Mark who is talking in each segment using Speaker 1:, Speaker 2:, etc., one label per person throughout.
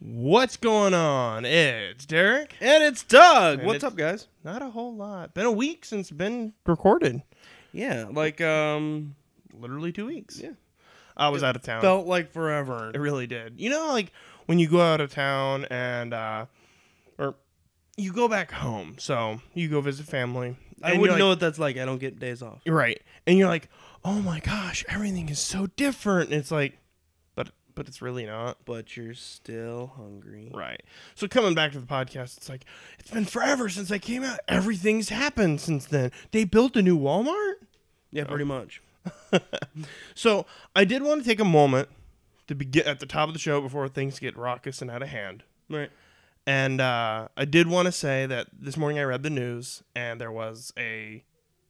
Speaker 1: What's going on? It's Derek.
Speaker 2: And it's Doug.
Speaker 1: And
Speaker 2: What's
Speaker 1: it's-
Speaker 2: up, guys?
Speaker 1: Not a whole lot. Been a week since been recorded.
Speaker 2: Yeah, like um,
Speaker 1: Literally two weeks.
Speaker 2: Yeah.
Speaker 1: I was out of town.
Speaker 2: felt like forever.
Speaker 1: It really did. You know, like when you go out of town and uh or you go back home, so you go visit family.
Speaker 2: I
Speaker 1: and
Speaker 2: wouldn't know
Speaker 1: you're like-
Speaker 2: what that's like. I don't get days off.
Speaker 1: Right. And you're like, Oh my gosh, everything is so different. And it's like but but it's really not.
Speaker 2: But you're still hungry.
Speaker 1: Right. So coming back to the podcast, it's like it's been forever since I came out. Everything's happened since then. They built a new Walmart.
Speaker 2: Yeah, pretty much.
Speaker 1: So I did want to take a moment to begin at the top of the show before things get raucous and out of hand.
Speaker 2: Right.
Speaker 1: And uh, I did want to say that this morning I read the news and there was a.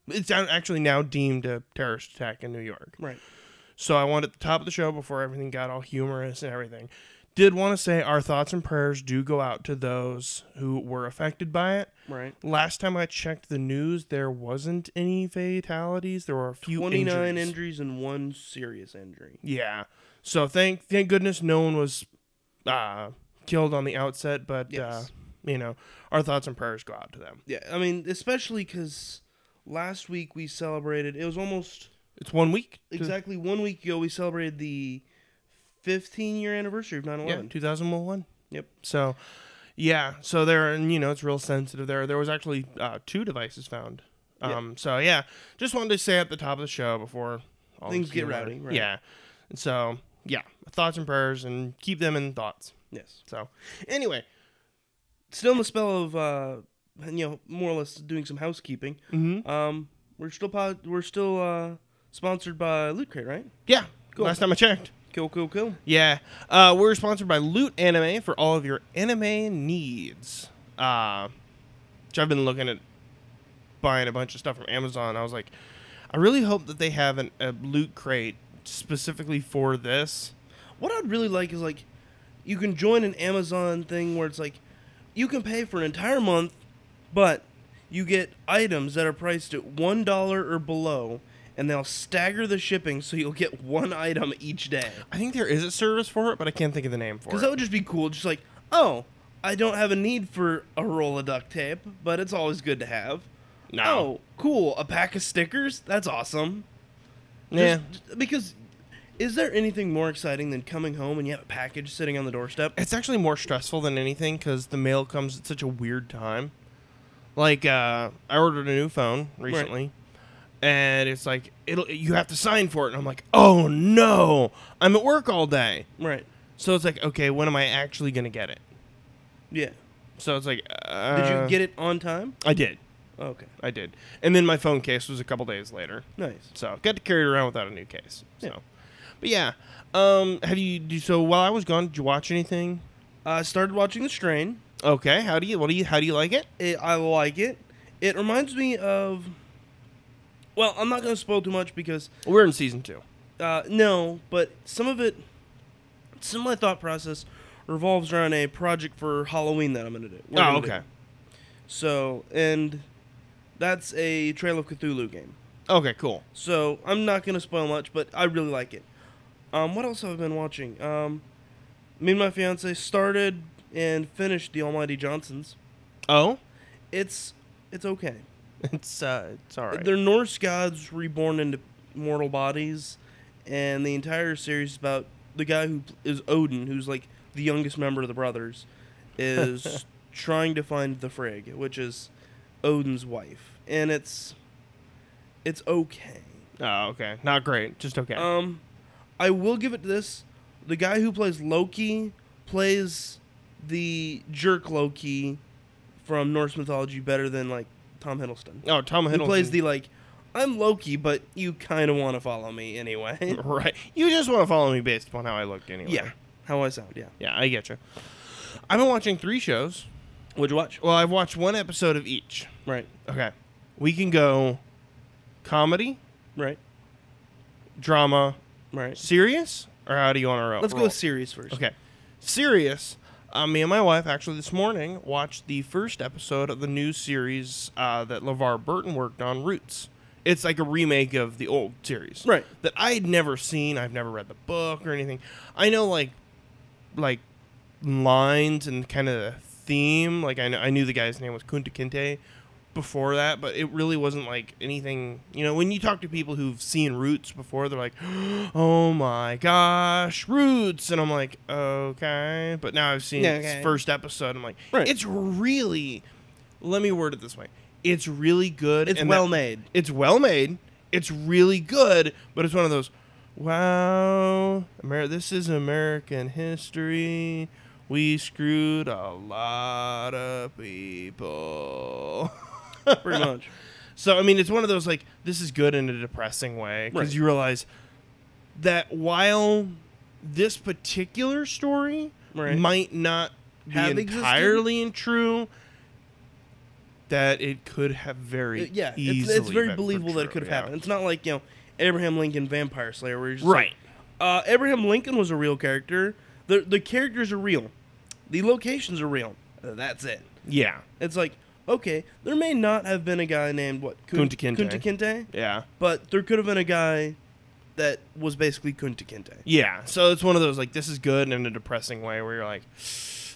Speaker 1: It's now- actually now deemed a terrorist attack in New York.
Speaker 2: Right.
Speaker 1: So I wanted at the top of the show before everything got all humorous and everything. Did want to say our thoughts and prayers do go out to those who were affected by it.
Speaker 2: Right.
Speaker 1: Last time I checked the news, there wasn't any fatalities. There were a few
Speaker 2: 29
Speaker 1: injuries.
Speaker 2: injuries and one serious injury.
Speaker 1: Yeah. So thank thank goodness no one was uh, killed on the outset, but uh,
Speaker 2: Yes.
Speaker 1: you know our thoughts and prayers go out to them.
Speaker 2: Yeah, I mean, especially because last week we celebrated, it was almost
Speaker 1: It's one week. to-
Speaker 2: exactly one week ago, we celebrated the 15 year anniversary of 9
Speaker 1: Yeah,
Speaker 2: 11.
Speaker 1: two thousand one.
Speaker 2: Yep.
Speaker 1: So yeah, so there and you know it's real sensitive there. There was actually uh, two devices found.
Speaker 2: Yeah.
Speaker 1: Um. So yeah, just wanted to say at the top of the show before all
Speaker 2: Things
Speaker 1: this
Speaker 2: get
Speaker 1: humor.
Speaker 2: rowdy, right.
Speaker 1: Yeah. And so yeah, thoughts and prayers, and keep them in thoughts.
Speaker 2: Yes.
Speaker 1: So anyway,
Speaker 2: Still in the spell of, uh, you know, more or less doing some housekeeping.
Speaker 1: mm-hmm.
Speaker 2: Um, we're still pod, we're still uh, sponsored by Loot Crate, right?
Speaker 1: yeah.
Speaker 2: Cool.
Speaker 1: Last time I checked.
Speaker 2: Cool, cool, cool.
Speaker 1: Yeah. Uh, we're sponsored by Loot Anime for all of your anime needs. Uh, which I've been looking at buying a bunch of stuff from Amazon. I was like, I really hope that they have an, a loot crate specifically for this.
Speaker 2: What I'd really like is like, you can join an Amazon thing where it's like, you can pay for an entire month, but you get items that are priced at one dollar or below, and they'll stagger the shipping so you'll get one item each day.
Speaker 1: I think there is a service for it, but I can't think of the name for it.
Speaker 2: Because that would just be cool. Just like, oh, I don't have a need for a roll of duct tape, but it's always good to have.
Speaker 1: no.
Speaker 2: Oh, cool. A pack of stickers? That's awesome.
Speaker 1: yeah.
Speaker 2: Just- just- because is there anything more exciting than coming home and you have a package sitting on the doorstep?
Speaker 1: It's actually more stressful than anything because the mail comes at such a weird time. Like, uh, I ordered a new phone recently, and it's like it'll you have to sign for it, and I'm like, oh no, I'm at work all day.
Speaker 2: Right.
Speaker 1: So it's like, okay, when am I actually gonna get it?
Speaker 2: Yeah.
Speaker 1: So it's like, uh,
Speaker 2: Did you get it on time?
Speaker 1: I did,
Speaker 2: Okay.
Speaker 1: I did, and then my phone case was a couple days later,
Speaker 2: Nice.
Speaker 1: so got to carry it around without a new case. So,
Speaker 2: Yeah.
Speaker 1: but yeah, um, have you? do- So while I was gone, did you watch anything?
Speaker 2: I started watching The Strain.
Speaker 1: Okay, how do you? What do you? How do you like it?
Speaker 2: It, I like it. It reminds me of. Well, I'm not going to spoil too much because
Speaker 1: We're in season two.
Speaker 2: Uh, no, but some of it, some of my thought process revolves around a project for Halloween that I'm gonna do. we're
Speaker 1: Oh,
Speaker 2: gonna do.
Speaker 1: okay.
Speaker 2: So, and that's a Trail of Cthulhu game.
Speaker 1: Okay, cool.
Speaker 2: So I'm not gonna spoil much, but I really like it. Um, what else have I been watching? Um, me and my fiance started and finished The Almighty Johnsons.
Speaker 1: Oh,
Speaker 2: It's it's okay.
Speaker 1: it's uh, it's all right.
Speaker 2: They're Norse gods reborn into mortal bodies, and the entire series is about the guy who pl- is Odin, who's like the youngest member of the brothers, is trying to find the Frigg, which is Odin's wife, and it's it's okay.
Speaker 1: Oh, okay, not great, just okay.
Speaker 2: Um, I will give it to this: the guy who plays Loki plays the jerk Loki from Norse mythology better than like Tom Hiddleston.
Speaker 1: oh, Tom Hiddleston
Speaker 2: He plays the like, I'm Loki, but you kind of want to follow me anyway.
Speaker 1: right. You just want to follow me based upon how I looked, anyway.
Speaker 2: yeah, how I sound. Yeah.
Speaker 1: yeah, I get you. I've been watching three shows.
Speaker 2: What'd you watch?
Speaker 1: Well, I've watched one episode of each.
Speaker 2: Right,
Speaker 1: Okay, we can go comedy,
Speaker 2: right,
Speaker 1: drama,
Speaker 2: right.
Speaker 1: serious, or how do you want to roll?
Speaker 2: Let's go with series first.
Speaker 1: Okay, serious. Uh, me and my wife actually this morning watched the first episode of the new series uh, that LeVar Burton worked on, Roots. It's like a remake of the old series,
Speaker 2: Right.
Speaker 1: That I'd never seen. I've never read the book or anything. I know like, like lines and kind of theme. Like I, kn- I knew the guy's name was Kunta Kinte before that, but it really wasn't like anything. You know, when you talk to people who've seen Roots before, they're like, "Oh my gosh, Roots," and I'm like, "Okay," but now I've seen
Speaker 2: Okay.
Speaker 1: its first episode. I'm like,
Speaker 2: Right.
Speaker 1: "It's really." Let me word it this way: It's really good.
Speaker 2: It's
Speaker 1: and
Speaker 2: well
Speaker 1: that-
Speaker 2: made.
Speaker 1: it's well made. It's really good, but it's one of those, wow, Amer- this is American history. We screwed a lot of people.
Speaker 2: Pretty much.
Speaker 1: so, I mean, it's one of those like, this is good in a depressing way because
Speaker 2: Right.
Speaker 1: you realize that while this particular story
Speaker 2: Right. Uh,
Speaker 1: might not be
Speaker 2: Have existed?
Speaker 1: entirely true, that it could have very
Speaker 2: It- Uh, yeah, it's,
Speaker 1: easily
Speaker 2: it's very
Speaker 1: been
Speaker 2: believable that it
Speaker 1: true,
Speaker 2: could have
Speaker 1: yeah.
Speaker 2: happened. It's not like you know Abraham Lincoln Vampire Slayer, where you're just like,
Speaker 1: Right.
Speaker 2: uh, Abraham Lincoln was a real character. The the characters are real. The locations are real. Uh, That's it.
Speaker 1: Yeah.
Speaker 2: It's like okay, there may not have been a guy named what
Speaker 1: Kunta Kinte.
Speaker 2: Kunta Kinte,
Speaker 1: Yeah.
Speaker 2: but there could have been a guy that was basically Kunta Kinte.
Speaker 1: Yeah. So it's one of those like this is good in a depressing way where you're like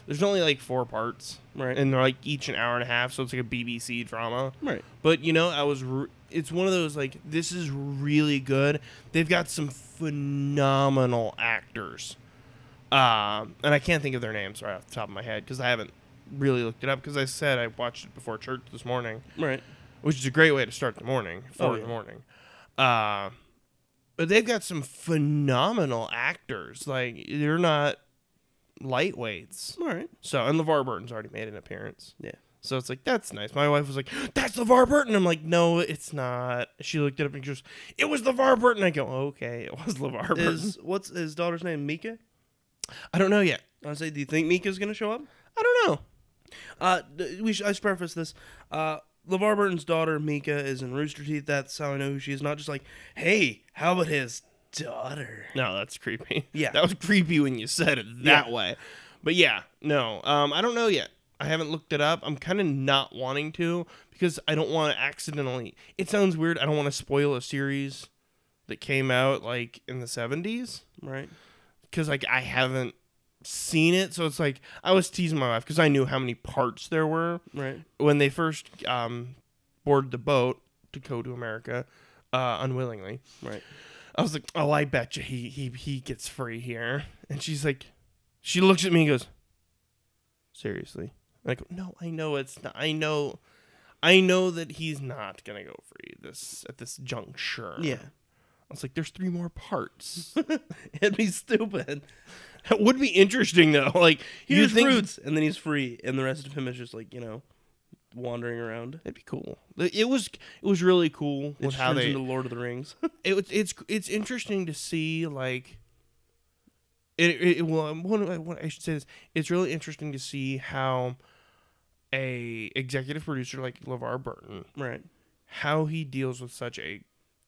Speaker 1: there's only like four parts.
Speaker 2: Right.
Speaker 1: And they're like each an hour and a half, so it's like a BBC drama.
Speaker 2: Right.
Speaker 1: But you know, I was re- it's one of those like this is really good. They've got some phenomenal actors. Um, and I can't think of their names right off the top of my head because I haven't really looked it up because I said I watched it before church this morning.
Speaker 2: Right.
Speaker 1: which is a great way to start the morning for
Speaker 2: Oh, yeah.
Speaker 1: the morning. Uh, but they've got some phenomenal actors. Like they're not lightweights.
Speaker 2: All right.
Speaker 1: So and LeVar Burton's already made an appearance.
Speaker 2: Yeah.
Speaker 1: So it's like that's nice. My wife was like, "That's LeVar Burton." I'm like, "No, it's not." She looked it up and she goes, "It was LeVar Burton." I go, "Okay, it was LeVar Burton."
Speaker 2: Is what's his daughter's name? Mika.
Speaker 1: I don't know yet.
Speaker 2: I say, do you think Mika's gonna show up?
Speaker 1: I don't know.
Speaker 2: Uh, th- we should, I should preface this. Uh, LeVar Burton's daughter, Mika, is in Rooster Teeth. That's how I know who she is. Not just like, hey, how about his daughter?
Speaker 1: No, that's creepy.
Speaker 2: Yeah.
Speaker 1: That was creepy when you said it that
Speaker 2: Yeah.
Speaker 1: way. But yeah, no. Um, I don't know yet. I haven't looked it up. I'm kind of not wanting to because I don't want to accidentally. It sounds weird. I don't want to spoil a series that came out like in the 70s
Speaker 2: Right?
Speaker 1: because like I haven't seen it. So it's like I was teasing my wife because I knew how many parts there were
Speaker 2: Right.
Speaker 1: when they first um, board the boat to go to America uh, unwillingly.
Speaker 2: Right.
Speaker 1: I was like, "Oh, I bet you he he he gets free here." And she's like, she looks at me and goes, "Seriously?" And I go, "No, I know it's not. I know, I know that he's not gonna go free this at this juncture."
Speaker 2: Yeah.
Speaker 1: I was like, "There's three more parts.
Speaker 2: It'd be stupid.
Speaker 1: that would be interesting though. Like, you
Speaker 2: Here's
Speaker 1: think-
Speaker 2: Roots, and then he's free, and the rest of him is just like, you know, wandering around.
Speaker 1: That'd be cool. It was it was really cool
Speaker 2: It
Speaker 1: with
Speaker 2: just
Speaker 1: how
Speaker 2: turns
Speaker 1: they
Speaker 2: into Lord of the Rings.
Speaker 1: it, was- it's it's interesting to see like it, it it- well I'm- what, what I should say is it's really interesting to see how a executive producer like LeVar Burton
Speaker 2: right.
Speaker 1: how he deals with such a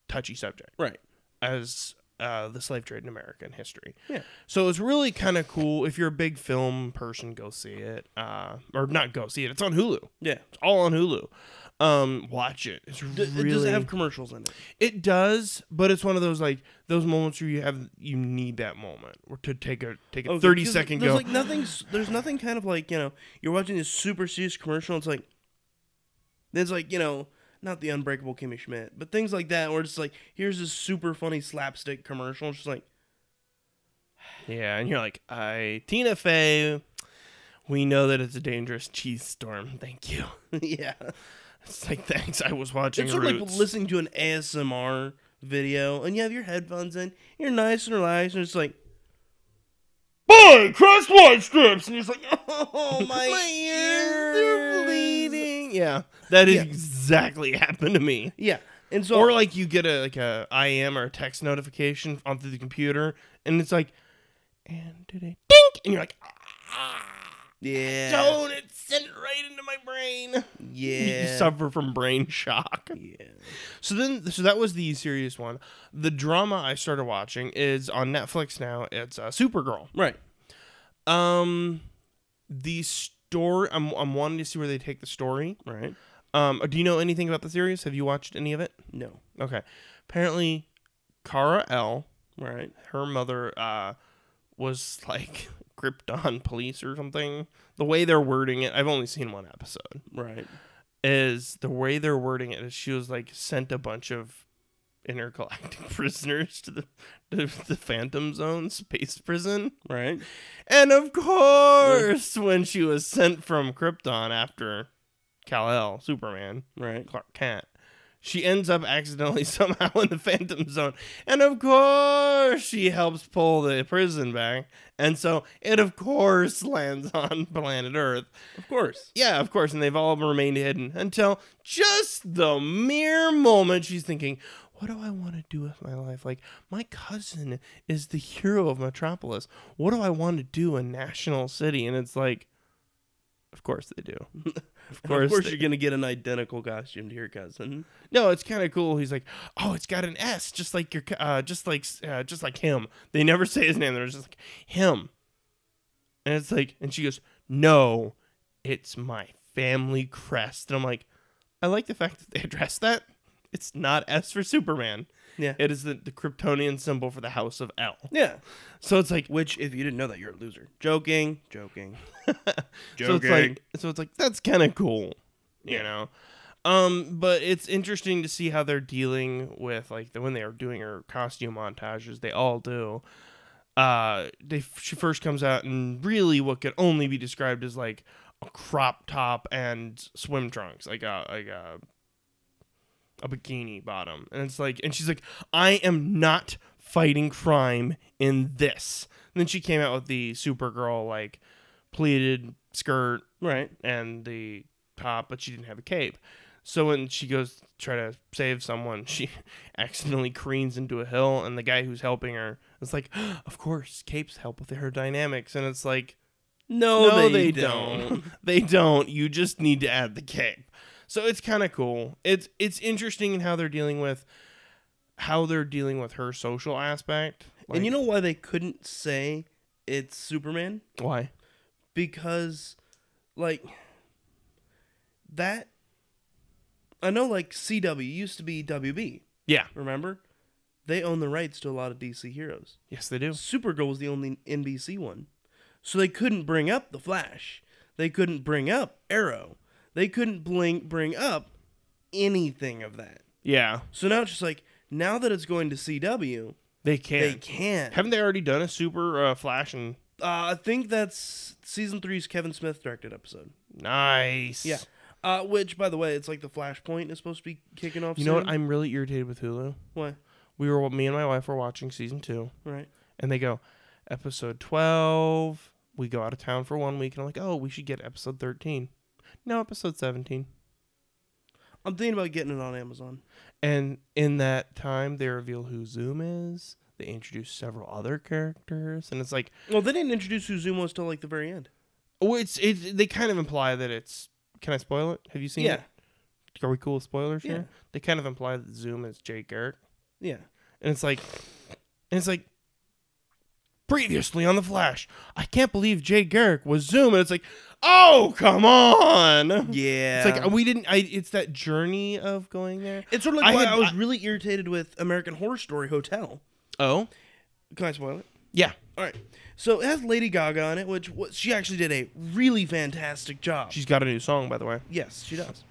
Speaker 1: touchy subject
Speaker 2: Right.
Speaker 1: as uh, the slave trade in American history.
Speaker 2: Yeah.
Speaker 1: So it's really kind of cool if you're a big film person go see it uh, or not go see it. It's on Hulu.
Speaker 2: Yeah.
Speaker 1: It's all on Hulu. Um watch it. It's
Speaker 2: D-
Speaker 1: really
Speaker 2: It doesn't have commercials in it.
Speaker 1: it does, but it's one of those like those moments where you have you need that moment or to take a take a
Speaker 2: Okay,
Speaker 1: thirty
Speaker 2: 'cause
Speaker 1: second
Speaker 2: there's
Speaker 1: go.
Speaker 2: Like nothing, there's nothing kind of like you know you're watching this super serious commercial. It's like there's like you know not the Unbreakable Kimmy Schmidt, but things like that where it's like here's this super funny slapstick commercial. It's just like
Speaker 1: yeah, and you're like, I Tina Fey. We know that it's a dangerous cheese storm. Thank you.
Speaker 2: yeah,
Speaker 1: It's like thanks. I was watching
Speaker 2: it's sort of like
Speaker 1: Roots.
Speaker 2: listening to an ASMR video and you have your headphones in, you're nice and relaxed, and it's like
Speaker 1: Boy, crust white strips, and he's like,
Speaker 2: oh my, ears,
Speaker 1: they're bleeding. Yeah, that is
Speaker 2: Yeah.
Speaker 1: exactly happened to me.
Speaker 2: Yeah, and so
Speaker 1: Or like you get a like a IM or a text notification onto the computer, and it's like, and today, dink, and you're like, ah.
Speaker 2: yeah,
Speaker 1: Don't it sent it right into my brain.
Speaker 2: yeah,
Speaker 1: You suffer from brain shock.
Speaker 2: yeah,
Speaker 1: So then, so that was the serious one. The drama I started watching is on Netflix now. It's uh, Supergirl.
Speaker 2: right,
Speaker 1: Um, the story. I'm I'm wanting to see where they take the story.
Speaker 2: right,
Speaker 1: Um, do you know anything about the series? Have you watched any of it?
Speaker 2: no,
Speaker 1: Okay. Apparently, Kara L.
Speaker 2: right.
Speaker 1: Her mother uh was like Krypton police or something. The way they're wording it, I've only seen one episode.
Speaker 2: Right.
Speaker 1: Is the way they're wording it is she was like sent a bunch of intergalactic prisoners to the to the Phantom Zone space prison.
Speaker 2: Right.
Speaker 1: And of course, when she was sent from Krypton after Kal-El, Superman,
Speaker 2: Right.
Speaker 1: Clark Kent, she ends up accidentally somehow in the Phantom Zone. And of course, she helps pull the prison back. And so it, of course, lands on planet Earth.
Speaker 2: Of course.
Speaker 1: Yeah, of course. And they've all remained hidden until just the mere moment she's thinking, what do I want to do with my life? Like, my cousin is the hero of Metropolis. What do I want to do in National City? And it's like, of course they do. of
Speaker 2: And of course,
Speaker 1: they-
Speaker 2: you're gonna get an identical costume to your cousin.
Speaker 1: no, it's kind of cool. He's like, oh, it's got an S, just like your, c- uh, just like, uh, just like him. They never say his name. They're just like him, and it's like, and she goes, no, it's my family crest. And I'm like, I like the fact that they address that. It's not S for Superman.
Speaker 2: Yeah.
Speaker 1: It is the, the Kryptonian symbol for the House of L.
Speaker 2: Yeah.
Speaker 1: So it's like,
Speaker 2: Which, if you didn't know that, you're a loser. Joking. Joking.
Speaker 1: so it's like, so it's like that's kind of cool, you
Speaker 2: Yeah.
Speaker 1: know. Um, but it's interesting to see how they're dealing with like the, when they are doing her costume montages. They all do. Uh, they she first comes out in really what could only be described as like a crop top and swim trunks, like a like a a bikini bottom, and it's like, and she's like, I am not fighting crime in this. And then she came out with the Supergirl like pleated skirt
Speaker 2: Right.
Speaker 1: and the top, but she didn't have a cape. So when she goes to try to save someone, she accidentally careens into a hill, and the guy who's helping her is like, "Of course, capes help with aerodynamics," and it's like,
Speaker 2: No,
Speaker 1: "No, they, don't. they don't. You just need to add the cape." So it's kind of cool. It's it's interesting in how they're dealing with how they're dealing with her social aspect.
Speaker 2: and you know why they couldn't say it's Superman?
Speaker 1: why?
Speaker 2: Because, like, that. I know, like, CW used to be WB.
Speaker 1: Yeah.
Speaker 2: Remember? They own the rights to a lot of DC heroes.
Speaker 1: Yes, they do.
Speaker 2: Supergirl was the only NBC one. So they couldn't bring up The Flash. They couldn't bring up Arrow. They couldn't bring, bring up anything of that.
Speaker 1: Yeah,
Speaker 2: So now it's just like, now that it's going to CW,
Speaker 1: they can.
Speaker 2: they can.
Speaker 1: Haven't they already done a super uh, flash and
Speaker 2: Uh, I think that's season three's Kevin Smith directed episode.
Speaker 1: nice?
Speaker 2: Yeah. Uh, which, by the way, it's like the Flashpoint is supposed to be kicking off.
Speaker 1: You know what?
Speaker 2: soon.
Speaker 1: I'm really irritated with Hulu.
Speaker 2: Why?
Speaker 1: We were me and my wife were watching season two,
Speaker 2: Right.
Speaker 1: and they go episode twelve. We go out of town for one week, and I'm like, oh, we should get episode thirteen. No, episode seventeen.
Speaker 2: I'm thinking about getting it on Amazon.
Speaker 1: And in that time, they reveal who Zoom is. They introduce several other characters, and it's like,
Speaker 2: Well, they didn't introduce who Zoom was till like the very end.
Speaker 1: oh, it's it's. They kind of imply that it's. Can I spoil it? Have you seen
Speaker 2: yeah.
Speaker 1: it? Are we cool with spoilers
Speaker 2: Yeah.
Speaker 1: here? They kind of imply that Zoom is Jay Garrick.
Speaker 2: Yeah.
Speaker 1: And it's like, and it's like, previously on The Flash, I can't believe Jay Garrick was Zoom. And it's like, oh, come on.
Speaker 2: Yeah.
Speaker 1: It's like, we didn't, I, it's that journey of going there.
Speaker 2: it's sort of
Speaker 1: I
Speaker 2: like why
Speaker 1: had-
Speaker 2: I was
Speaker 1: I-
Speaker 2: really irritated with American Horror Story Hotel.
Speaker 1: Oh?
Speaker 2: Can I spoil it?
Speaker 1: Yeah.
Speaker 2: All right. So it has Lady Gaga on it, which what, she actually did a really fantastic job.
Speaker 1: She's got a new song, by the way.
Speaker 2: Yes, she does.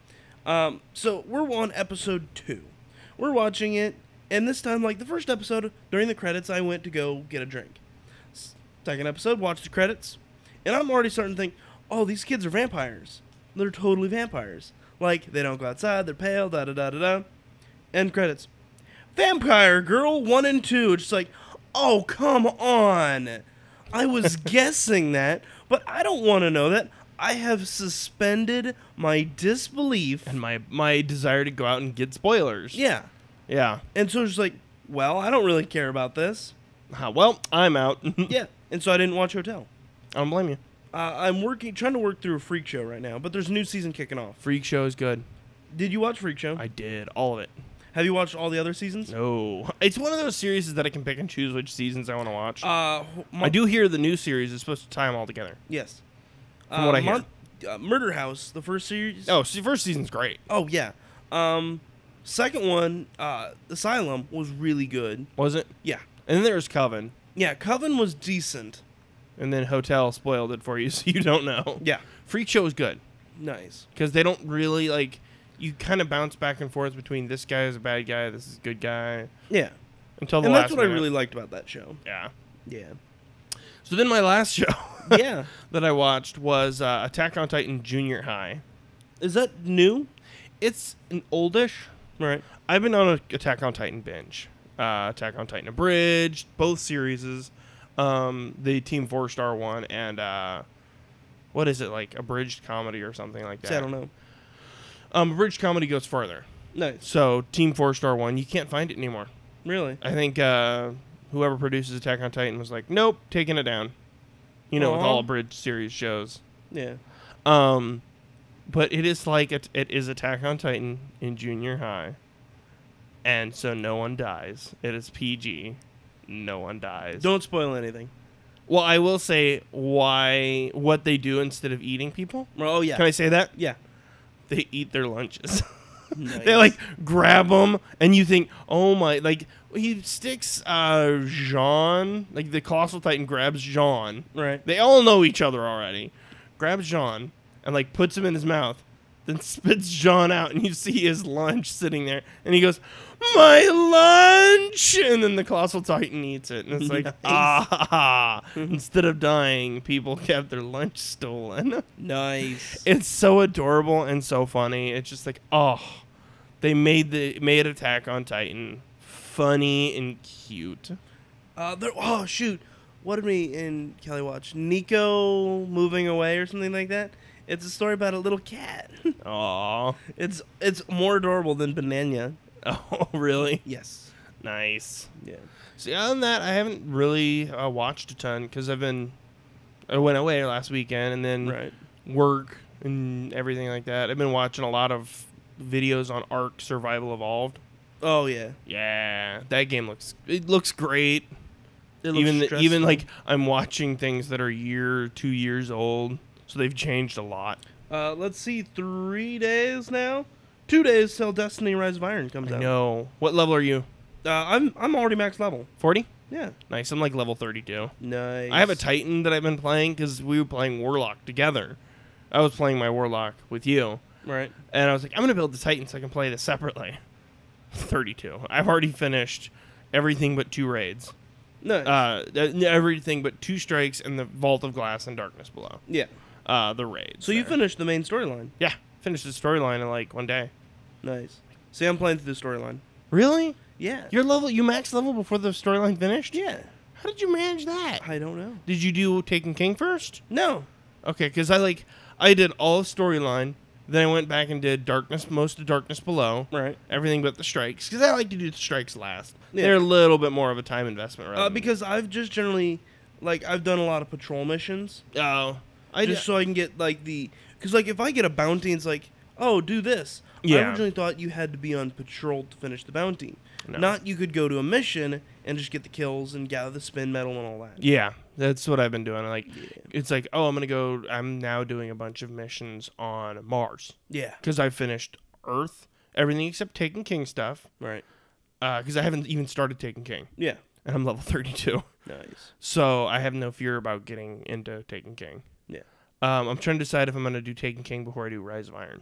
Speaker 2: Um, so we're on episode two. We're watching it, and this time, like the first episode, during the credits, I went to go get a drink. S- Second episode, watch the credits, and I'm already starting to think, oh, these kids are vampires. They're totally vampires. Like they don't go outside. They're pale. Da da da da da. End credits. Vampire Girl one and two. It's just like, oh come on. I was guessing that, but I don't want to know that. I have suspended my disbelief.
Speaker 1: And my, my desire to go out and get spoilers.
Speaker 2: Yeah.
Speaker 1: Yeah.
Speaker 2: And so it's just like, well, I don't really care about this.
Speaker 1: Ah, well, I'm out. yeah.
Speaker 2: Yeah. And so I didn't watch Hotel.
Speaker 1: I don't blame you.
Speaker 2: Uh, I'm working, trying to work through a Freak Show right now, but there's a new season kicking off.
Speaker 1: Freak Show is good.
Speaker 2: Did you watch Freak Show?
Speaker 1: I did all of it.
Speaker 2: Have you watched all the other seasons?
Speaker 1: No, it's one of those series that I can pick and choose which seasons I want to watch.
Speaker 2: Uh, wh-
Speaker 1: I do hear the new series is supposed to tie them all together.
Speaker 2: Yes.
Speaker 1: From what I hear.
Speaker 2: uh, Murder House, the first series.
Speaker 1: Oh, see, first season's great,
Speaker 2: Oh yeah. Um, second one, uh, Asylum was really good.
Speaker 1: was it?
Speaker 2: Yeah.
Speaker 1: And then there's Coven.
Speaker 2: Yeah, Coven was decent.
Speaker 1: and then Hotel spoiled it for you, so you don't know.
Speaker 2: Yeah.
Speaker 1: Freak Show is good
Speaker 2: Nice.
Speaker 1: because they don't really like. You kind of bounce back and forth between this guy is a bad guy, this is a good guy,
Speaker 2: Yeah.
Speaker 1: until the
Speaker 2: and
Speaker 1: last.
Speaker 2: that's what I
Speaker 1: minute.
Speaker 2: really liked about that show.
Speaker 1: Yeah.
Speaker 2: Yeah.
Speaker 1: So then my last show
Speaker 2: yeah.
Speaker 1: that I watched was uh, Attack on Titan Junior High.
Speaker 2: Is that new?
Speaker 1: It's an oldish.
Speaker 2: Right.
Speaker 1: I've been on a Attack on Titan binge. Uh, Attack on Titan Abridged, both series, um, the Team Four Star one, and uh, what is it like abridged comedy or something like that?
Speaker 2: I don't know.
Speaker 1: Um, abridged comedy goes further.
Speaker 2: Nice.
Speaker 1: So Team Four Star one, you can't find it anymore.
Speaker 2: Really?
Speaker 1: I think uh, whoever produces Attack on Titan was like, nope, taking it down. You know, with
Speaker 2: Aw.
Speaker 1: all abridged series shows.
Speaker 2: Yeah.
Speaker 1: Um, but it is like it, it is Attack on Titan in junior high, and so no one dies. It is PG, no one dies.
Speaker 2: Don't spoil anything.
Speaker 1: well, I will say why what they do instead of eating people.
Speaker 2: Oh yeah.
Speaker 1: Can I say that
Speaker 2: yeah.
Speaker 1: they eat their lunches?
Speaker 2: Nice.
Speaker 1: they like grab them, and you think, oh my! Like he sticks uh Jean, like the colossal titan grabs Jean.
Speaker 2: right.
Speaker 1: They all know each other already. Grabs Jean and like puts him in his mouth, then spits Jean out, and you see his lunch sitting there, and he goes, "My lunch!" And then the colossal titan eats it, and it's like,
Speaker 2: Nice.
Speaker 1: ah! Instead of dying, people have their lunch stolen.
Speaker 2: Nice.
Speaker 1: It's so adorable and so funny. It's just like, oh, they made the made Attack on Titan funny and cute.
Speaker 2: Uh, there, oh shoot, what did me and Kelly watch? Nico moving away or something like that. It's a story about a little cat.
Speaker 1: Aw.
Speaker 2: it's it's more adorable than Banana.
Speaker 1: Oh, really?
Speaker 2: Yes.
Speaker 1: Nice.
Speaker 2: Yeah.
Speaker 1: See, other than that, I haven't really uh, watched a ton because I've been. I went away last weekend and then
Speaker 2: Right.
Speaker 1: work and everything like that. I've been watching a lot of videos on Ark Survival Evolved.
Speaker 2: Oh yeah.
Speaker 1: Yeah, that game looks it looks great.
Speaker 2: It looks
Speaker 1: even
Speaker 2: stressful.
Speaker 1: even like I'm watching things that are year two years old, so they've changed a lot.
Speaker 2: uh, let's see, three days now, two days till Destiny: Rise of Iron comes
Speaker 1: I
Speaker 2: out.
Speaker 1: know. What level are you?
Speaker 2: Uh, I'm I'm already max level.
Speaker 1: Forty?
Speaker 2: Yeah.
Speaker 1: Nice. I'm like level thirty-two.
Speaker 2: Nice.
Speaker 1: I have a Titan that I've been playing because we were playing Warlock together. I was playing my Warlock with you,
Speaker 2: Right.
Speaker 1: and I was like, I'm gonna build the Titan so I can play this separately. 32. I've already finished everything but two raids,
Speaker 2: Nice.
Speaker 1: uh, th- everything but two strikes and the Vault of Glass and Darkness Below.
Speaker 2: yeah.
Speaker 1: Uh, the raids.
Speaker 2: So you
Speaker 1: there.
Speaker 2: finished the main storyline.
Speaker 1: Yeah, finished the storyline in like one day.
Speaker 2: Nice. See, I'm playing through the storyline.
Speaker 1: Really?
Speaker 2: Yeah.
Speaker 1: Your level, you max level before the storyline finished?
Speaker 2: yeah.
Speaker 1: How did you manage that?
Speaker 2: I don't know.
Speaker 1: Did you do Taken King first?
Speaker 2: No.
Speaker 1: Okay, because I like I did all of storyline, then I went back and did Darkness, most of Darkness Below,
Speaker 2: Right.
Speaker 1: everything but the strikes, because I like to do the strikes last.
Speaker 2: Yeah.
Speaker 1: They're a little bit more of a time investment, right?
Speaker 2: Uh, because I've just generally, like, I've done a lot of patrol missions
Speaker 1: oh, I
Speaker 2: just
Speaker 1: just
Speaker 2: so I can get like the, because like if I get a bounty, it's like, oh, do this. I
Speaker 1: Yeah.
Speaker 2: originally thought you had to be on patrol to finish the bounty,
Speaker 1: No.
Speaker 2: not you could go to a mission and just get the kills and gather the spin metal and all that.
Speaker 1: yeah, that's what I've been doing. Like,
Speaker 2: Yeah.
Speaker 1: it's like oh, I'm gonna go. I'm now doing a bunch of missions on Mars
Speaker 2: Yeah.
Speaker 1: because I finished Earth, everything except Taken King stuff.
Speaker 2: Right.
Speaker 1: because I haven't even started taking King,
Speaker 2: Yeah.
Speaker 1: and I'm level 32,
Speaker 2: Nice.
Speaker 1: so I have no fear about getting into taking King.
Speaker 2: Yeah.
Speaker 1: Um, I'm trying to decide if I'm gonna do taking King before I do Rise of Iron.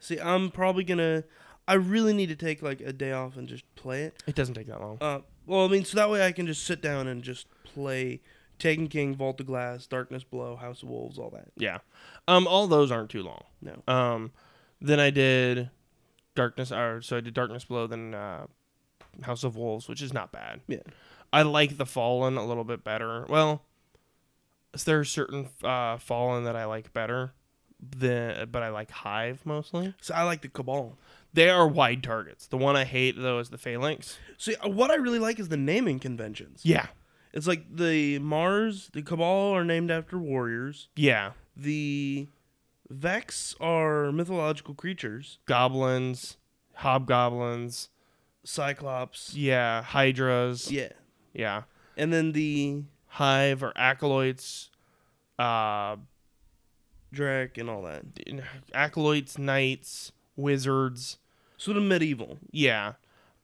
Speaker 2: See, I'm probably gonna. I really need to take like a day off and just play it.
Speaker 1: It doesn't take that long.
Speaker 2: Uh, well, I mean, so that way I can just sit down and just play Taken King, Vault of Glass, Darkness Below, House of Wolves, all that.
Speaker 1: Yeah, um, all those aren't too long.
Speaker 2: No.
Speaker 1: Um, then I did Darkness, or so I did Darkness Below, then uh, House of Wolves, which is not bad.
Speaker 2: Yeah.
Speaker 1: I like the Fallen a little bit better. Well, there are certain uh, Fallen that I like better. than but I like Hive mostly.
Speaker 2: So I like the Cabal.
Speaker 1: They are wide targets. The one I hate though is the phalanx.
Speaker 2: See, uh, what I really like is the naming conventions.
Speaker 1: Yeah,
Speaker 2: It's like the Mars, the Cabal are named after warriors.
Speaker 1: yeah.
Speaker 2: The Vex are mythological creatures.
Speaker 1: Goblins, hobgoblins.
Speaker 2: Cyclops.
Speaker 1: Yeah, hydras. Yeah,
Speaker 2: Yeah. And then the
Speaker 1: hive or acolytes. Uh,
Speaker 2: Drek and all that.
Speaker 1: d- acolytes, knights, wizards.
Speaker 2: So the medieval,
Speaker 1: Yeah.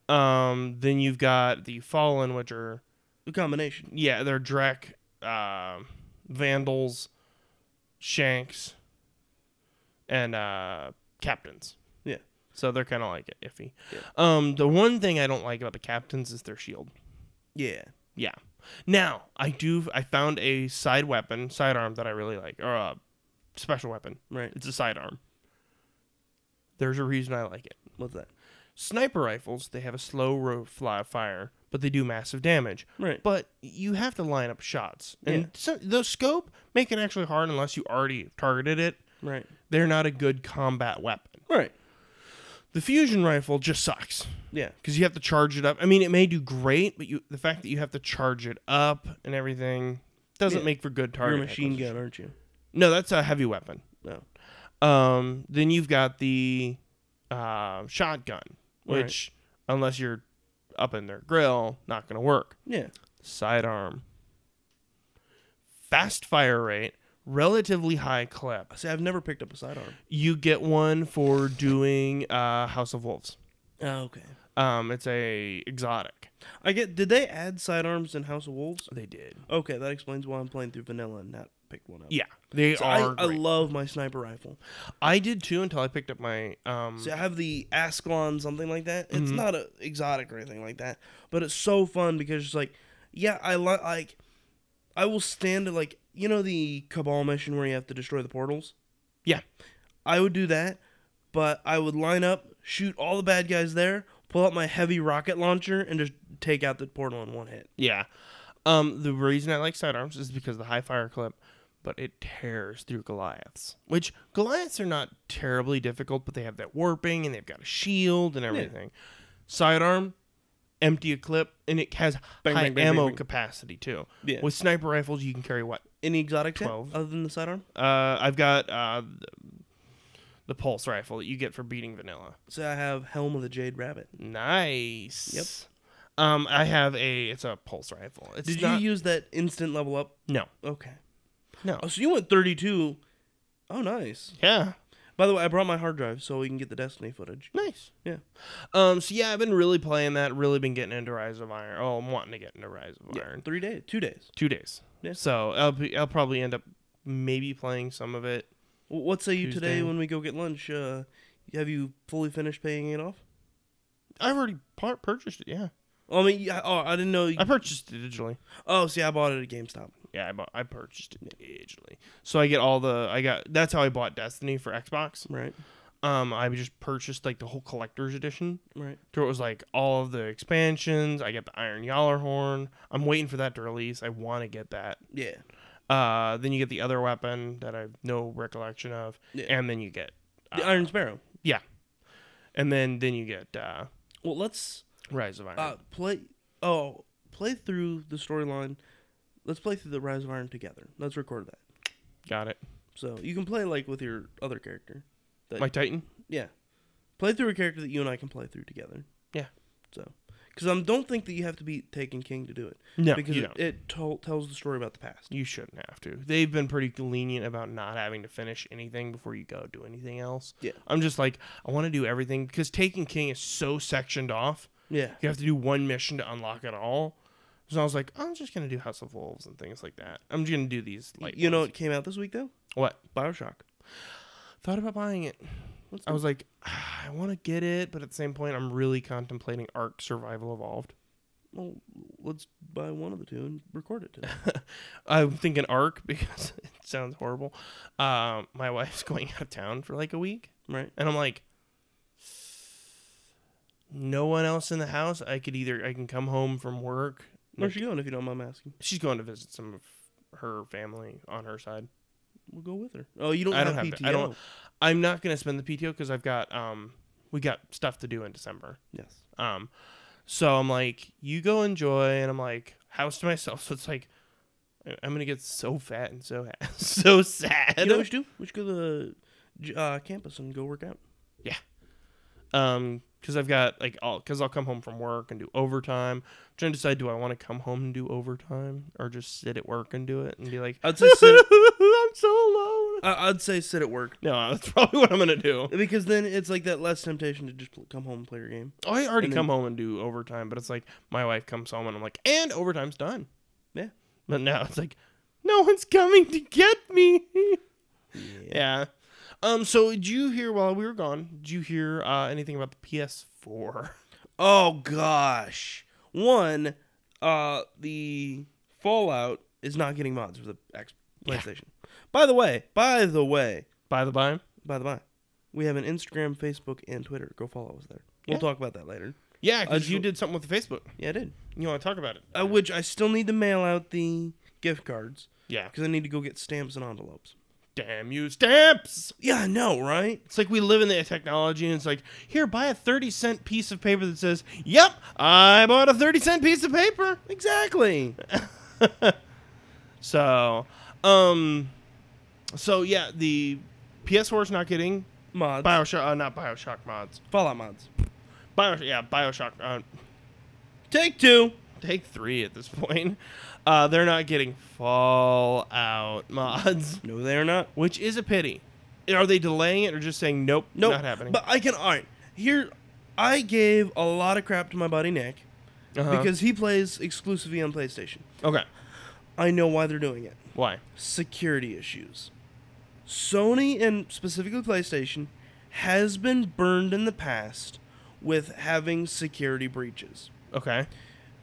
Speaker 1: Um. Then you've got the fallen, which are
Speaker 2: the combination.
Speaker 1: yeah, they're drek. Um. vandals, shanks, and uh, captains.
Speaker 2: Yeah.
Speaker 1: So they're kind of like iffy.
Speaker 2: Yeah.
Speaker 1: Um, the one thing I don't like about the captains is their shield.
Speaker 2: Yeah.
Speaker 1: Yeah. Now I do. I found a side weapon, sidearm that I really like, or a special weapon.
Speaker 2: Right.
Speaker 1: It's a sidearm. There's a reason I like it.
Speaker 2: What's that?
Speaker 1: Sniper rifles, they have a slow ro- fly fire, but they do massive damage.
Speaker 2: Right.
Speaker 1: But you have to line up shots, and
Speaker 2: Yeah.
Speaker 1: so, the scope make it actually hard unless you already targeted it.
Speaker 2: Right.
Speaker 1: They're not a good combat weapon.
Speaker 2: Right.
Speaker 1: The fusion rifle just sucks
Speaker 2: Yeah.
Speaker 1: because you have to charge it up. I mean, it may do great, but you the fact that you have to charge it up and everything doesn't
Speaker 2: Yeah.
Speaker 1: make for good
Speaker 2: You're
Speaker 1: target.
Speaker 2: a machine
Speaker 1: acquisition.
Speaker 2: gun, aren't you?
Speaker 1: No, that's a heavy weapon.
Speaker 2: No.
Speaker 1: Um, then you've got the uh, shotgun, which unless you're up in their grill, not going to work.
Speaker 2: Yeah.
Speaker 1: Sidearm, fast fire rate, relatively high clip.
Speaker 2: See, I've never picked up a sidearm.
Speaker 1: You get one for doing uh, House of Wolves.
Speaker 2: Oh, okay.
Speaker 1: Um, it's a exotic.
Speaker 2: I get. Did they add sidearms in House of Wolves?
Speaker 1: They did.
Speaker 2: Okay, that explains why I'm playing through vanilla and not picked one up.
Speaker 1: Yeah, they
Speaker 2: So I,
Speaker 1: are.
Speaker 2: I
Speaker 1: great.
Speaker 2: love my sniper rifle.
Speaker 1: I did too until I picked up my um
Speaker 2: See, I have the Ascalon something like that. It's
Speaker 1: Mhm.
Speaker 2: not a exotic or anything like that, but it's so fun because it's like, yeah, I li- like, I will stand at like you know the Cabal mission where you have to destroy the portals.
Speaker 1: Yeah.
Speaker 2: I would do that, but I would line up, shoot all the bad guys there, pull out my heavy rocket launcher, and just take out the portal in one hit.
Speaker 1: yeah. Um the reason I like sidearms is because of the high fire clip, but it tears through Goliaths. Which Goliaths are not terribly difficult, but they have that warping and they've got a shield and everything. Sidearm, empty a clip, and it has
Speaker 2: Bang,
Speaker 1: high
Speaker 2: bang, bang,
Speaker 1: ammo
Speaker 2: bang, bang.
Speaker 1: capacity too.
Speaker 2: Yeah.
Speaker 1: With sniper rifles you can carry what?
Speaker 2: Any exotics yet,
Speaker 1: 12.
Speaker 2: other than the sidearm?
Speaker 1: Uh I've got uh th- the pulse rifle that you get for beating vanilla.
Speaker 2: So I have Helm of the Jade Rabbit.
Speaker 1: Nice. Yep. Um, I have a. It's a pulse rifle. It's
Speaker 2: Did
Speaker 1: not-
Speaker 2: you use that instant level up?
Speaker 1: No.
Speaker 2: Okay.
Speaker 1: No.
Speaker 2: Oh, so you went 32. Oh, nice.
Speaker 1: Yeah.
Speaker 2: By the way, I brought my hard drive so we can get the Destiny footage.
Speaker 1: Nice.
Speaker 2: Yeah.
Speaker 1: Um. So yeah, I've been really playing that. Really been getting into Rise of Iron. Oh, I'm wanting to get into Rise of
Speaker 2: Yeah,
Speaker 1: Iron.
Speaker 2: three days, two days.
Speaker 1: Two days.
Speaker 2: Yeah.
Speaker 1: So I'll be, I'll probably end up maybe playing some of it.
Speaker 2: W- What say you
Speaker 1: Tuesday.
Speaker 2: today when we go get lunch? Uh, have you fully finished paying it off?
Speaker 1: I've already par- purchased it. Yeah.
Speaker 2: Oh, I mean, yeah, oh, I didn't know. You,
Speaker 1: I purchased it digitally.
Speaker 2: oh, see, I bought it at GameStop.
Speaker 1: Yeah. I bought, I purchased it digitally. So I get all the I got. That's how I bought Destiny for Xbox.
Speaker 2: Right,
Speaker 1: Um. I just purchased like the whole collector's edition.
Speaker 2: right.
Speaker 1: So it was like all of the expansions. I got the Iron Yallarhorn. I'm waiting for that to release. I want to get that.
Speaker 2: Yeah,
Speaker 1: Uh, then you get the other weapon that I have no recollection of,
Speaker 2: Yeah.
Speaker 1: and then you get
Speaker 2: the
Speaker 1: uh,
Speaker 2: Iron Sparrow.
Speaker 1: Yeah, and then then you get uh,
Speaker 2: Well, let's
Speaker 1: Rise of Iron.
Speaker 2: uh, play. Oh, play through the storyline. Let's play through the Rise of Iron together. Let's record that.
Speaker 1: got it.
Speaker 2: So you can play like with your other character. That,
Speaker 1: My Titan.
Speaker 2: Yeah. Play through a character that you and I can play through together.
Speaker 1: Yeah.
Speaker 2: So, because I don't think that you have to be Taken King to do it.
Speaker 1: No,
Speaker 2: because
Speaker 1: you
Speaker 2: it,
Speaker 1: don't.
Speaker 2: it tol- tells the story about the past.
Speaker 1: You shouldn't have to. They've been pretty lenient about not having to finish anything before you go do anything else.
Speaker 2: Yeah.
Speaker 1: I'm just like I want to do everything because Taking King is so sectioned off.
Speaker 2: Yeah.
Speaker 1: You have to do one mission to unlock it all. So I was like, I'm just gonna do House of Wolves and things like that. I'm just gonna do these like
Speaker 2: you know what came out this week, though?
Speaker 1: what?
Speaker 2: Bioshock.
Speaker 1: Thought about buying it.
Speaker 2: Let's
Speaker 1: I was like, I want to get it, but at the same point, I'm really contemplating Ark Survival Evolved.
Speaker 2: Well, let's buy one of the two and record it today.
Speaker 1: I'm thinking Ark because it sounds horrible. Um, my wife's going out of town for like a week,
Speaker 2: right?
Speaker 1: and I'm like, no one else in the house. I could either I can come home from work.
Speaker 2: Where's she going if you don't mind me asking?
Speaker 1: She's going to visit some of her family on her side.
Speaker 2: We'll go with her. Oh, you don't
Speaker 1: I don't
Speaker 2: have
Speaker 1: have
Speaker 2: PTO.
Speaker 1: to- I don't- I'm not gonna spend the PTO because I've got um we got stuff to do in December.
Speaker 2: Yes.
Speaker 1: Um, so I'm like, you go enjoy, and I'm like, house to myself. So it's like, I- I'm gonna get so fat and so ha- so sad.
Speaker 2: You know what we should do? We should go to the j- uh, campus and go work out.
Speaker 1: um, because I've got like all because I'll come home from work and do overtime. I'm trying to decide, do I want to come home and do overtime or just sit at work and do it and be like,
Speaker 2: I'd say sit.
Speaker 1: I'm so alone.
Speaker 2: I- I'd say sit at work
Speaker 1: No, that's probably what I'm gonna do.
Speaker 2: because then it's like that less temptation to just pl- come home and play your game.
Speaker 1: I already
Speaker 2: And then-
Speaker 1: come home and do overtime, but it's like my wife comes home and I'm like, and overtime's done.
Speaker 2: Yeah.
Speaker 1: But now it's like, No one's coming to get me.
Speaker 2: Yeah.
Speaker 1: yeah. Um. So, did you hear while we were gone? Did you hear uh, anything about the PS4?
Speaker 2: Oh gosh. One, uh, the Fallout is not getting mods for the X
Speaker 1: Yeah.
Speaker 2: PlayStation. By the way, by the way,
Speaker 1: By the by.
Speaker 2: by the by, we have an Instagram, Facebook, and Twitter. Go follow us there. We'll
Speaker 1: Yeah.
Speaker 2: talk about that later.
Speaker 1: Yeah, because
Speaker 2: Uh,
Speaker 1: you
Speaker 2: so-
Speaker 1: did something with the Facebook.
Speaker 2: Yeah, I did.
Speaker 1: You want to talk about it?
Speaker 2: Uh, which I still need to mail out the gift cards
Speaker 1: Yeah.
Speaker 2: because I need to go get stamps and envelopes.
Speaker 1: Damn you, stamps!
Speaker 2: Yeah, I know, right?
Speaker 1: It's like we live in the technology, and it's like, here, buy a 30 cent piece of paper that says, Yep, I bought a 30 cent piece of paper.
Speaker 2: Exactly.
Speaker 1: So, um, so yeah, the PS4 is not getting
Speaker 2: Mods.
Speaker 1: Bioshock, uh, not Bioshock mods.
Speaker 2: Fallout mods.
Speaker 1: Bio, yeah, Bioshock, uh,
Speaker 2: Take two.
Speaker 1: take three at this point. Uh, they're not getting Fallout mods,
Speaker 2: No, they are not.
Speaker 1: which is a pity. Are they delaying it or just saying, nope,
Speaker 2: Nope.
Speaker 1: not happening?
Speaker 2: But I can. All right. Here, I gave a lot of crap to my buddy Nick
Speaker 1: Uh-huh.
Speaker 2: because he plays exclusively on PlayStation.
Speaker 1: okay,
Speaker 2: I know why they're doing it.
Speaker 1: why?
Speaker 2: Security issues. Sony and specifically PlayStation has been burned in the past with having security breaches.
Speaker 1: Okay,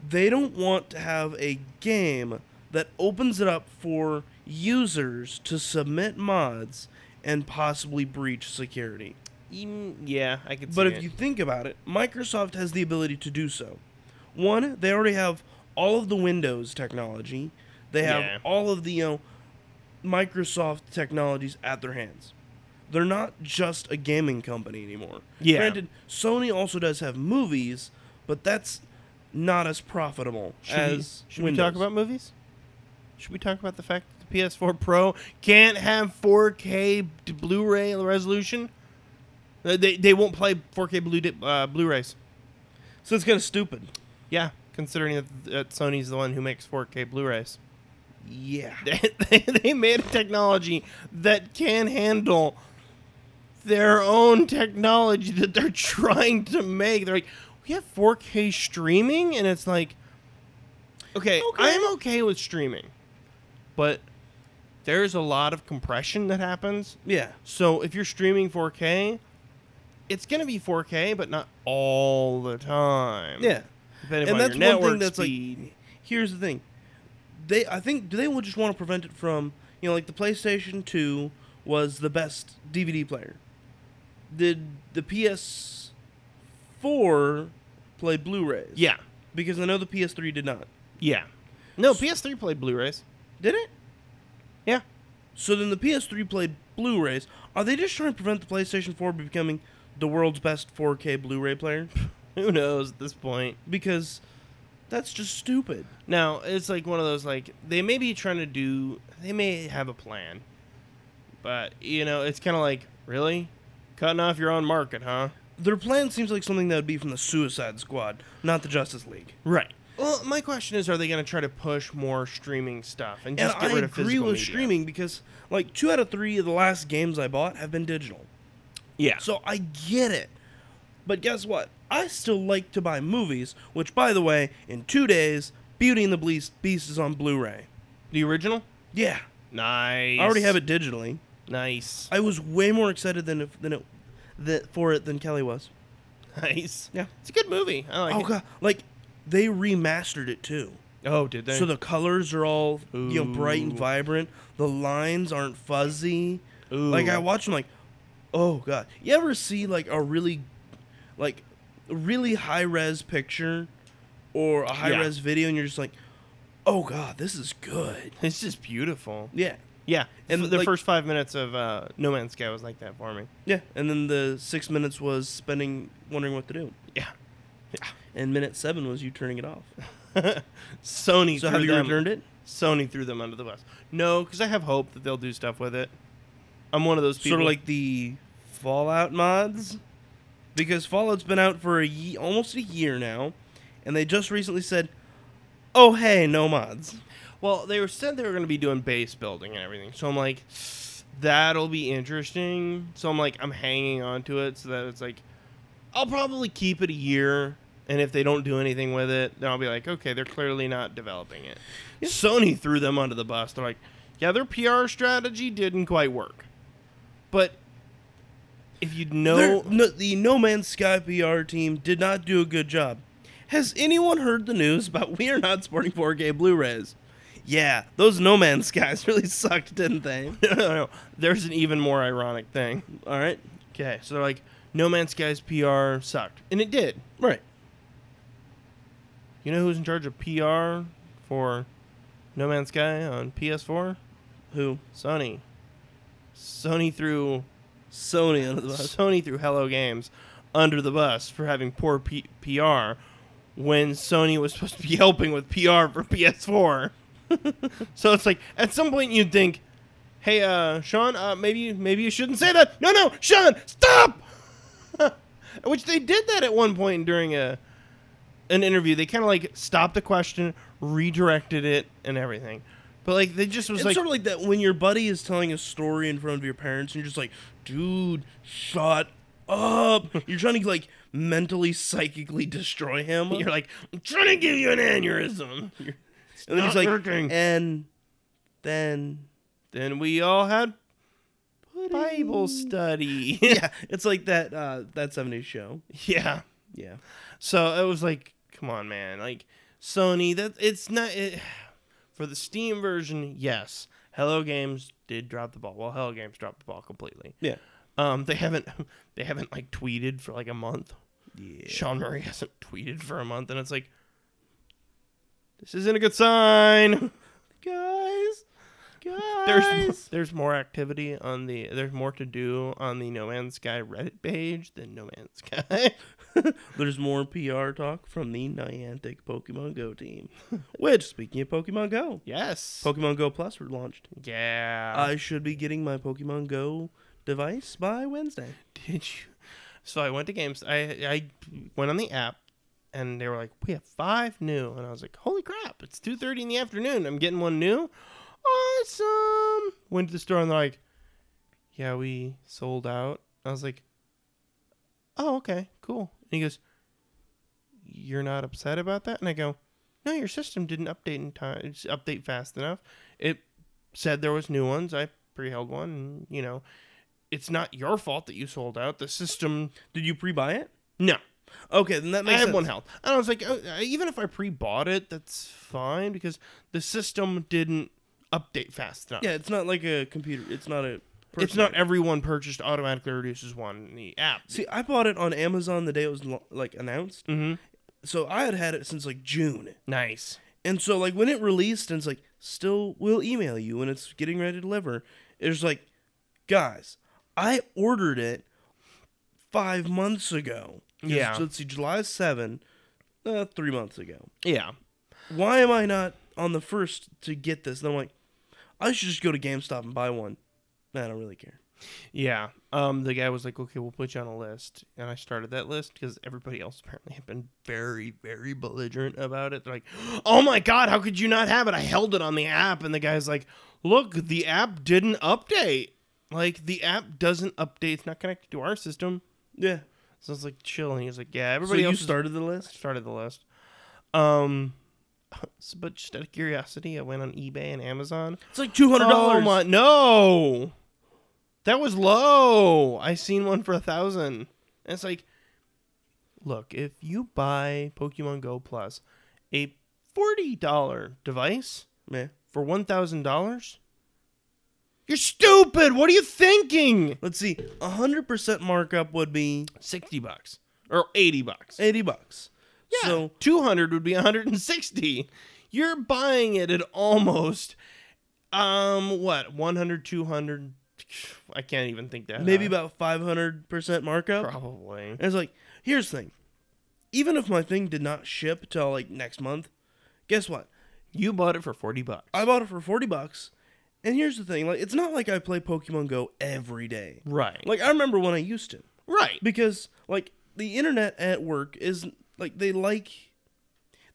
Speaker 2: They don't want to have a game that opens it up for users to submit mods and possibly breach security.
Speaker 1: Mm, yeah, I could.
Speaker 2: But
Speaker 1: see
Speaker 2: if
Speaker 1: it.
Speaker 2: you think about it, Microsoft has the ability to do so. One, they already have all of the Windows technology. They have
Speaker 1: Yeah.
Speaker 2: all of the you know, Microsoft technologies at their hands. They're not just a gaming company anymore.
Speaker 1: Yeah.
Speaker 2: Granted, Sony also does have movies, but that's not as profitable
Speaker 1: Should,
Speaker 2: as
Speaker 1: we, should we
Speaker 2: Windows.
Speaker 1: talk about movies? Should we talk about the fact that the PS4 Pro can't have 4K d- Blu-ray resolution? Uh, They, they won't play 4K Blu di- uh, Blu-rays.
Speaker 2: So it's kind of stupid.
Speaker 1: Yeah, considering that, that Sony's the one who makes 4K Blu-rays.
Speaker 2: Yeah.
Speaker 1: They, they, they made a technology that can handle their own technology that they're trying to make. They're like, we have 4K streaming, and it's like, okay,
Speaker 2: Okay.
Speaker 1: I'm okay with streaming, but there's a lot of compression that happens.
Speaker 2: Yeah.
Speaker 1: So if you're streaming 4K, it's gonna be 4K, but not all the time.
Speaker 2: Yeah.
Speaker 1: depending on
Speaker 2: and that's
Speaker 1: your
Speaker 2: one thing
Speaker 1: network
Speaker 2: that's
Speaker 1: speed.
Speaker 2: like here's the thing they i think do they will just want to prevent it from you know like the playstation 2 was the best dvd player did the ps4 play blu-rays
Speaker 1: yeah,
Speaker 2: because i know the ps3 did not
Speaker 1: yeah. No, PS3 played Blu-rays.
Speaker 2: did it
Speaker 1: Yeah.
Speaker 2: so then the ps3 played blu-rays are they just trying to prevent the playstation 4 from becoming the world's best 4k blu-ray player
Speaker 1: Who knows at this point?
Speaker 2: because that's just stupid
Speaker 1: Now it's like one of those like they may be trying to do they may have a plan, but you know it's kind of like really cutting off your own market, huh?
Speaker 2: Their plan seems like something that would be from the Suicide Squad, not the Justice League.
Speaker 1: Right. Well, my question is, are they going to try to push more streaming stuff and
Speaker 2: And
Speaker 1: just get
Speaker 2: I
Speaker 1: rid of
Speaker 2: agree
Speaker 1: physical
Speaker 2: with
Speaker 1: media?
Speaker 2: streaming because, like, two out of three of the last games I bought have been digital.
Speaker 1: Yeah.
Speaker 2: So I get it. But guess what? I still like to buy movies, which, by the way, in two days, Beauty and the Beast, Beast is on Blu ray.
Speaker 1: the original.
Speaker 2: Yeah.
Speaker 1: Nice.
Speaker 2: I already have it digitally.
Speaker 1: Nice.
Speaker 2: I was way more excited than, if, than it, that, for it than Kelly was.
Speaker 1: Nice.
Speaker 2: Yeah.
Speaker 1: It's a good movie. I like
Speaker 2: Oh,
Speaker 1: it.
Speaker 2: God. Like, they remastered it, too.
Speaker 1: Oh, did they?
Speaker 2: So the colors are all you know bright and
Speaker 1: Ooh.
Speaker 2: vibrant. The lines aren't fuzzy.
Speaker 1: Ooh.
Speaker 2: Like I watch them, like, oh god. You ever see like a really, like, a really high res picture, or a high
Speaker 1: Yeah.
Speaker 2: res video, and you're just like, oh god, this is good.
Speaker 1: It's just beautiful.
Speaker 2: Yeah,
Speaker 1: Yeah.
Speaker 2: And,
Speaker 1: And the
Speaker 2: like-
Speaker 1: first five minutes of uh, No Man's Sky was like that for me.
Speaker 2: yeah. And then the six minutes was spending wondering what to do,
Speaker 1: Yeah.
Speaker 2: and minute seven was you turning it off.
Speaker 1: Sony.
Speaker 2: So
Speaker 1: threw
Speaker 2: have you
Speaker 1: them-
Speaker 2: returned it?
Speaker 1: Sony threw them under the bus. No, because I have hope that they'll do stuff with it. I'm one of those people.
Speaker 2: Sort of like the Fallout mods, because Fallout's been out for a ye- almost a year now, and they just recently said, "Oh hey, no mods."
Speaker 1: well, they were said they were going to be doing base building and everything. So I'm like, that'll be interesting. So I'm like, I'm hanging on to it so that it's like, I'll probably keep it a year And if they don't do anything with it, then I'll be like, okay, they're clearly not developing it. Sony threw them under the bus. They're like, yeah, their PR strategy didn't quite work. But if you'd know,
Speaker 2: No, no, the No Man's Sky PR team did not do a good job. Has anyone heard the news about we are not supporting 4K Blu-rays? Yeah, those No Man's Skies really sucked, didn't they?
Speaker 1: no, no, no, there's an even more ironic thing.
Speaker 2: All right,
Speaker 1: Okay, so they're like, No Man's Sky's PR sucked. And it did.
Speaker 2: right.
Speaker 1: You know who's in charge of PR for No Man's Sky on PS4?
Speaker 2: Who?
Speaker 1: Sony. Sony threw
Speaker 2: Sony under the bus.
Speaker 1: Sony threw Hello Games under the bus for having poor P- PR when Sony was supposed to be helping with PR for PS4. so it's like at some point you'd think, "Hey, uh, Sean, uh, maybe maybe you shouldn't say that." No, no, Sean, stop. Which they did that at one point during a an interview. They kind of like stopped the question, redirected it, and everything. But like they just was
Speaker 2: It's
Speaker 1: like
Speaker 2: sort of like that when your buddy is telling a story in front of your parents, and you're just like, "Dude, shut up!" You're trying to like mentally, psychically destroy him.
Speaker 1: you're like, "I'm trying to give you an aneurysm." You're-
Speaker 2: and then
Speaker 1: not
Speaker 2: he's like,
Speaker 1: working.
Speaker 2: and then
Speaker 1: Then we all had Bible study.
Speaker 2: yeah, it's like that uh, that '70s show.
Speaker 1: yeah.
Speaker 2: Yeah,
Speaker 1: So it was like, come on, man. Like Sony, that it's not it, for the Steam version. Yes, Hello Games did drop the ball. Well, Hello Games dropped the ball completely.
Speaker 2: yeah,
Speaker 1: Um, they haven't they haven't like tweeted for like a month.
Speaker 2: yeah.
Speaker 1: Sean Murray hasn't tweeted for a month, and it's like, this isn't a good sign.
Speaker 2: Guys, guys,
Speaker 1: there's there's more activity on the there's more to do on the No Man's Sky Reddit page than No Man's Sky.
Speaker 2: there's more PR talk from the Niantic Pokemon Go team. Which, speaking of Pokemon Go,
Speaker 1: yes.
Speaker 2: Pokemon Go Plus were launched.
Speaker 1: yeah.
Speaker 2: I should be getting my Pokemon Go device by Wednesday.
Speaker 1: Did you? So I went to games. I I went on the app, and they were like, "We have five new," and I was like, "Holy crap! It's two thirty in the afternoon. I'm getting one new. Awesome!" Went to the store, and they're like, "Yeah, we sold out." I was like, "Oh, okay, cool." And he goes, "You're not upset about that?" And I go, "No, your system didn't update in time. It's update fast enough. It said there was new ones. I pre-held one, and you know." it's not your fault that you sold out. The system,
Speaker 2: Did you pre-buy it?
Speaker 1: no.
Speaker 2: Okay, then that
Speaker 1: I
Speaker 2: makes
Speaker 1: have
Speaker 2: sense.
Speaker 1: one health, and I was like, oh, uh, even if I pre-bought it, that's fine because the system didn't update fast enough.
Speaker 2: Yeah, it's not like a computer. It's not a. Person.
Speaker 1: it's not everyone purchased automatically reduces one in the app.
Speaker 2: See, I bought it on Amazon the day it was lo- like announced,
Speaker 1: Mm-hmm.
Speaker 2: so I had had it since like June,
Speaker 1: Nice.
Speaker 2: and so like when it released, and it's like still will email you when it's getting ready to deliver. It's like, guys, I ordered it five months ago. 'Cause
Speaker 1: Yeah.
Speaker 2: let's see, July seven, uh, three months ago.
Speaker 1: Yeah.
Speaker 2: why am I not on the first to get this? And I'm like, I should just go to GameStop and buy one. Nah, I don't really care.
Speaker 1: Yeah. Um, the guy was like, "Okay, we'll put you on a list," and I started that list because everybody else apparently had been very, very belligerent about it. They're like, "Oh my god, how could you not have it? I held it on the app," and the guy's like, "Look, the app didn't update. Like, the app doesn't update. It's not connected to our system."
Speaker 2: Yeah.
Speaker 1: So it's like chill, and he's like, "Yeah,
Speaker 2: So
Speaker 1: everybody
Speaker 2: you
Speaker 1: else is-
Speaker 2: started the list?
Speaker 1: started the list." Um, so- but just out of curiosity, I went on eBay and Amazon.
Speaker 2: It's like two hundred
Speaker 1: Oh
Speaker 2: dollars.
Speaker 1: my no. That was low. I seen one for a thousand. And it's like look, if you buy Pokemon Go Plus a forty dollar device
Speaker 2: Man,
Speaker 1: for one thousand dollars, you're stupid. What are you thinking?
Speaker 2: let's see. hundred percent markup would be
Speaker 1: Sixty bucks. Or eighty bucks.
Speaker 2: eighty bucks.
Speaker 1: Yeah.
Speaker 2: So
Speaker 1: 200 would be 160. You're buying it at almost um what? 100 200 I can't even think that.
Speaker 2: maybe
Speaker 1: high.
Speaker 2: about five hundred percent markup.
Speaker 1: probably.
Speaker 2: And it's like, here's the thing. Even if my thing did not ship till like next month, guess what?
Speaker 1: You bought it for 40 bucks.
Speaker 2: I bought it for forty bucks. And here's the thing, like it's not like I play Pokemon Go every day.
Speaker 1: right.
Speaker 2: Like I remember when I used to.
Speaker 1: right.
Speaker 2: because like the internet at work is like they like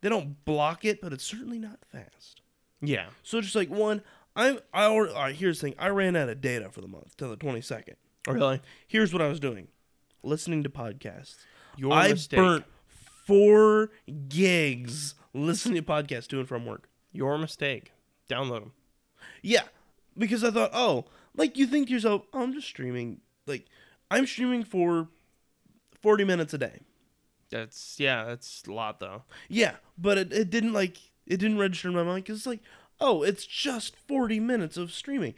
Speaker 2: they don't block it but it's certainly not fast
Speaker 1: Yeah.
Speaker 2: so just like one i'm i already all right, here's the thing i ran out of data for the month till the 22nd
Speaker 1: Really?
Speaker 2: here's what i was doing listening to podcasts
Speaker 1: Your
Speaker 2: i
Speaker 1: mistake.
Speaker 2: burnt four gigs listening to podcasts to and from work.
Speaker 1: Your mistake. Download them.
Speaker 2: Yeah, because I thought, oh, like you think to yourself, oh, I'm just streaming. Like, I'm streaming for 40 minutes a day.
Speaker 1: That's yeah. That's a lot though.
Speaker 2: Yeah, but it, it didn't like it didn't register in my mind because it's like, oh, it's just 40 minutes of streaming.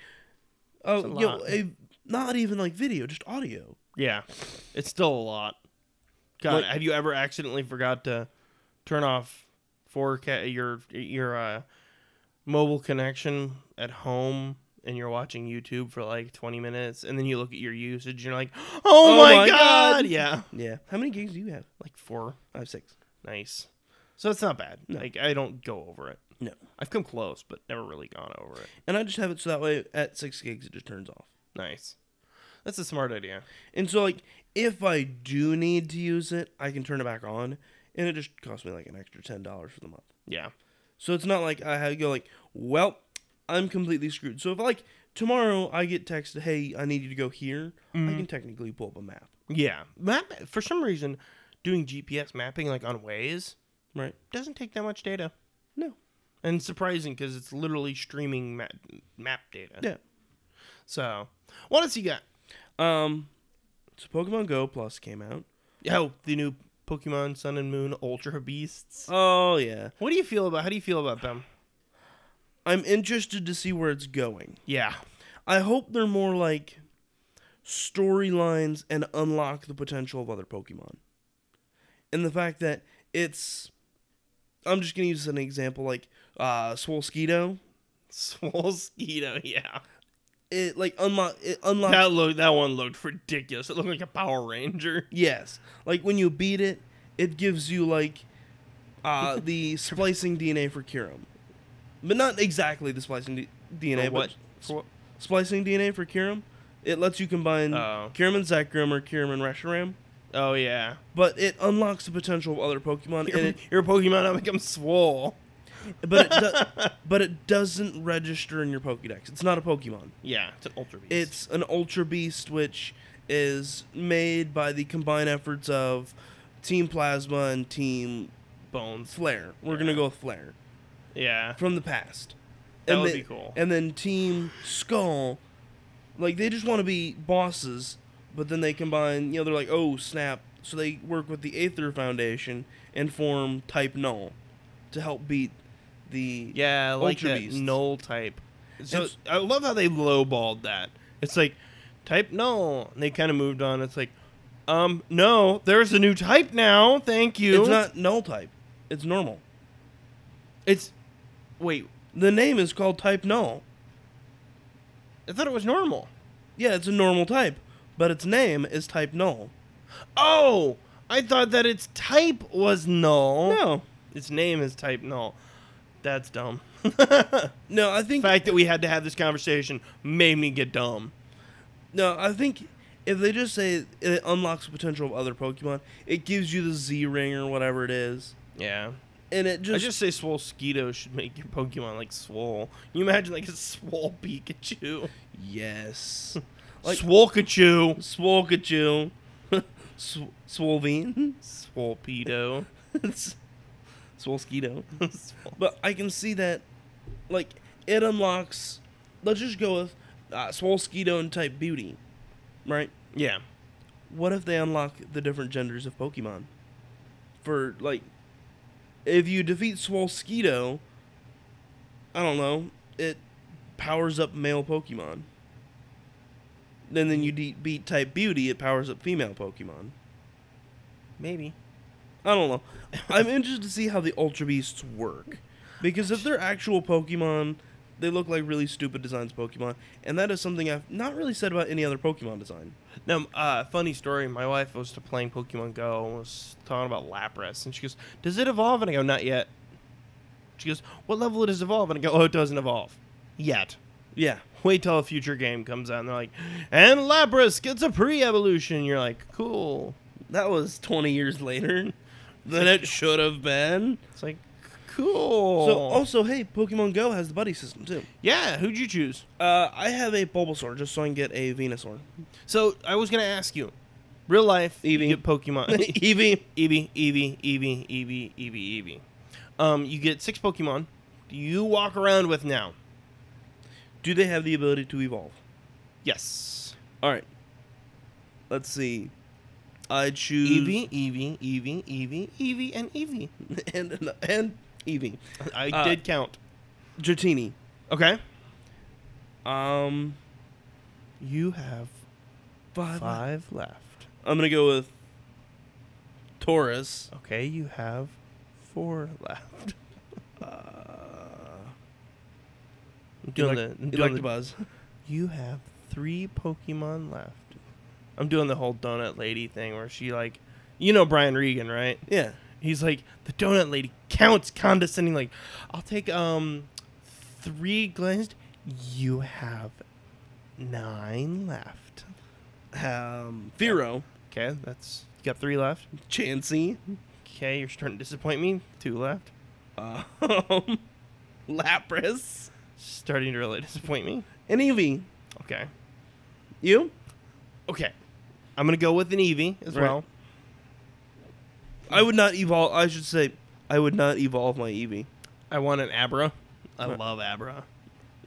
Speaker 2: Oh,
Speaker 1: It's a
Speaker 2: yo,
Speaker 1: lot.
Speaker 2: a, not even like video, just audio.
Speaker 1: Yeah, it's still a lot. God,
Speaker 2: Like-
Speaker 1: have you ever accidentally forgot to turn off 4K your your uh, mobile connection at home and you're watching YouTube for like 20 minutes and then you look at your usage and you're like, "Oh, my,
Speaker 2: my
Speaker 1: god.
Speaker 2: God.
Speaker 1: Yeah.
Speaker 2: Yeah. How many gigs do you have?
Speaker 1: Like 4.
Speaker 2: I have six.
Speaker 1: Nice. So it's not bad.
Speaker 2: No.
Speaker 1: Like I don't go over it.
Speaker 2: No.
Speaker 1: I've come close but never really gone over it.
Speaker 2: And I just have it so that way at six gigs it just turns off.
Speaker 1: Nice. That's a smart idea.
Speaker 2: And so like if I do need to use it, I can turn it back on, and it just costs me like an extra ten dollars for the month.
Speaker 1: Yeah.
Speaker 2: So it's not like I have to go like, well, I'm completely screwed. So if like tomorrow I get texted, hey, I need you to go here, I
Speaker 1: Mm-hmm.
Speaker 2: can technically pull up a map,
Speaker 1: Yeah. Map for some reason doing GPS mapping like on Waze
Speaker 2: right?
Speaker 1: doesn't take that much data.
Speaker 2: No.
Speaker 1: And surprising because it's literally streaming map, map data.
Speaker 2: Yeah.
Speaker 1: So, what else you got?
Speaker 2: Um, so Pokemon Go Plus came out.
Speaker 1: Oh, the new Pokemon Sun and Moon Ultra Beasts.
Speaker 2: Oh yeah,
Speaker 1: What do you feel about? How do you feel about them?
Speaker 2: I'm interested to see where it's going.
Speaker 1: Yeah.
Speaker 2: I hope they're more like storylines and unlock the potential of other Pokemon. And the fact that it's I'm just gonna use an example like uh Swolskeeto.
Speaker 1: Swolskeeto, yeah.
Speaker 2: It like unlock it unlocks
Speaker 1: That looked that one looked ridiculous. It looked like a Power Ranger.
Speaker 2: Yes. Like when you beat it, it gives you like uh the splicing DNA for Kyurem. But not exactly the splicing D- DNA,
Speaker 1: For what?
Speaker 2: but s- splicing DNA for Kyurem. It lets you combine
Speaker 1: Oh.
Speaker 2: Kyurem and Zekrom or Kyurem and Reshiram,
Speaker 1: Oh yeah.
Speaker 2: but it unlocks the potential of other Pokemon
Speaker 1: Your,
Speaker 2: and it,
Speaker 1: your Pokemon now become swole.
Speaker 2: but it do- but it doesn't register in your Pokédex. It's not a Pokemon.
Speaker 1: Yeah, it's an Ultra Beast.
Speaker 2: It's an Ultra Beast, which is made by the combined efforts of Team Plasma and Team
Speaker 1: bones.
Speaker 2: Flair. We're gonna
Speaker 1: Yeah.
Speaker 2: go with Flair
Speaker 1: Yeah.
Speaker 2: from the past.
Speaker 1: That
Speaker 2: and
Speaker 1: would
Speaker 2: then,
Speaker 1: be cool.
Speaker 2: And then Team Skull, like they just want to be bosses, but then they combine. You know, they're like, oh snap! So they work with the Aether Foundation and form Type Null to help beat the
Speaker 1: Yeah, like
Speaker 2: Ultra
Speaker 1: that
Speaker 2: Beasts.
Speaker 1: null type. So
Speaker 2: It's-
Speaker 1: I love how they lowballed that. It's like type null. And they kind of moved on. It's like, um, no, there's a new type now. Thank you.
Speaker 2: It's not Null type. It's normal.
Speaker 1: It's wait.
Speaker 2: The name is called Type Null.
Speaker 1: I thought it was normal.
Speaker 2: Yeah, it's a normal type, but its name is Type Null.
Speaker 1: Oh, I thought that its type was null.
Speaker 2: No,
Speaker 1: its name is type null. That's dumb.
Speaker 2: no, I think
Speaker 1: the fact that we had to have this conversation made me get dumb.
Speaker 2: No, I think if they just say it unlocks the potential of other Pokemon, it gives you the Z ring or whatever it is,
Speaker 1: Yeah.
Speaker 2: and it
Speaker 1: I
Speaker 2: just,
Speaker 1: just say Swolskeeto should make your Pokemon like Swole. Can you imagine like a Swole Pikachu?
Speaker 2: yes,
Speaker 1: Like
Speaker 2: like
Speaker 1: Swolkachu.
Speaker 2: Swolkachu, Sw- Swolvine,
Speaker 1: Swolpedo.
Speaker 2: It's- Swolskeeto.
Speaker 1: Swol-
Speaker 2: But I can see that, like it unlocks. Let's just go with uh, Swolskeeto and Type Beauty, right?
Speaker 1: yeah.
Speaker 2: What if they unlock the different genders of Pokemon? For like, if you defeat Swolskeeto, I don't know, it powers up male Pokemon. Then then you de- beat Type Beauty, it powers up female Pokemon.
Speaker 1: Maybe.
Speaker 2: I don't know. I'm interested to see how the Ultra Beasts work, because if they're actual Pokemon, they look like really stupid designs Pokemon, and that is something I've not really said about any other Pokemon design.
Speaker 1: No, uh, funny story. My wife was to playing Pokemon Go and was talking about Lapras, and she goes, "Does it evolve?" And I go, "Not yet." She goes, "What level does it evolve?" And I go, "Oh, it doesn't evolve yet.
Speaker 2: Yeah,
Speaker 1: Wait till a future game comes out." And they're like, "And Lapras gets a pre-evolution." You're like, "Cool."
Speaker 2: That was 20 years later than it should have been.
Speaker 1: It's like, "Cool."
Speaker 2: So, oh, also, hey, Pokemon Go has the buddy system too.
Speaker 1: yeah, who'd you choose?
Speaker 2: Uh, I have a Bulbasaur just so I can get a Venusaur.
Speaker 1: So I was gonna ask you, Real life, you
Speaker 2: Eevee.
Speaker 1: get Pokemon.
Speaker 2: Eevee.
Speaker 1: Eevee, Eevee, Eevee, Eevee, Eevee, Eevee. Um, you get six Pokemon. You walk around with now.
Speaker 2: Do they have the ability to evolve?
Speaker 1: Yes.
Speaker 2: All right. Let's see. I choose
Speaker 1: Eevee, Eevee, Eevee, Eevee, Eevee, and Eevee.
Speaker 2: and and, and Eevee.
Speaker 1: I
Speaker 2: Uh,
Speaker 1: did count.
Speaker 2: Dratini.
Speaker 1: Okay.
Speaker 2: Um,
Speaker 1: You have
Speaker 2: five.
Speaker 1: five left.
Speaker 2: I'm gonna go with Taurus.
Speaker 1: Okay, you have four left.
Speaker 2: Uh,
Speaker 1: I'm doing the, I'm
Speaker 2: Elec-
Speaker 1: doing the-
Speaker 2: Electabuzz.
Speaker 1: you have three Pokemon left. I'm doing the whole donut lady thing where she like, you know Brian Regan, right?
Speaker 2: Yeah.
Speaker 1: He's like, the donut lady counts condescending. Like, I'll take um three glazed. You have nine left.
Speaker 2: Um, Firo.
Speaker 1: Okay, that's you got three left.
Speaker 2: Chansey.
Speaker 1: Okay, you're starting to disappoint me. Two left.
Speaker 2: Um, Lapras.
Speaker 1: Starting to really disappoint me.
Speaker 2: And Eevee.
Speaker 1: Okay.
Speaker 2: You?
Speaker 1: Okay. I'm gonna go with an Eevee as
Speaker 2: Right.
Speaker 1: well.
Speaker 2: I would not evolve. I should say, I would not evolve my Eevee.
Speaker 1: I want an Abra. I
Speaker 2: Right.
Speaker 1: love Abra.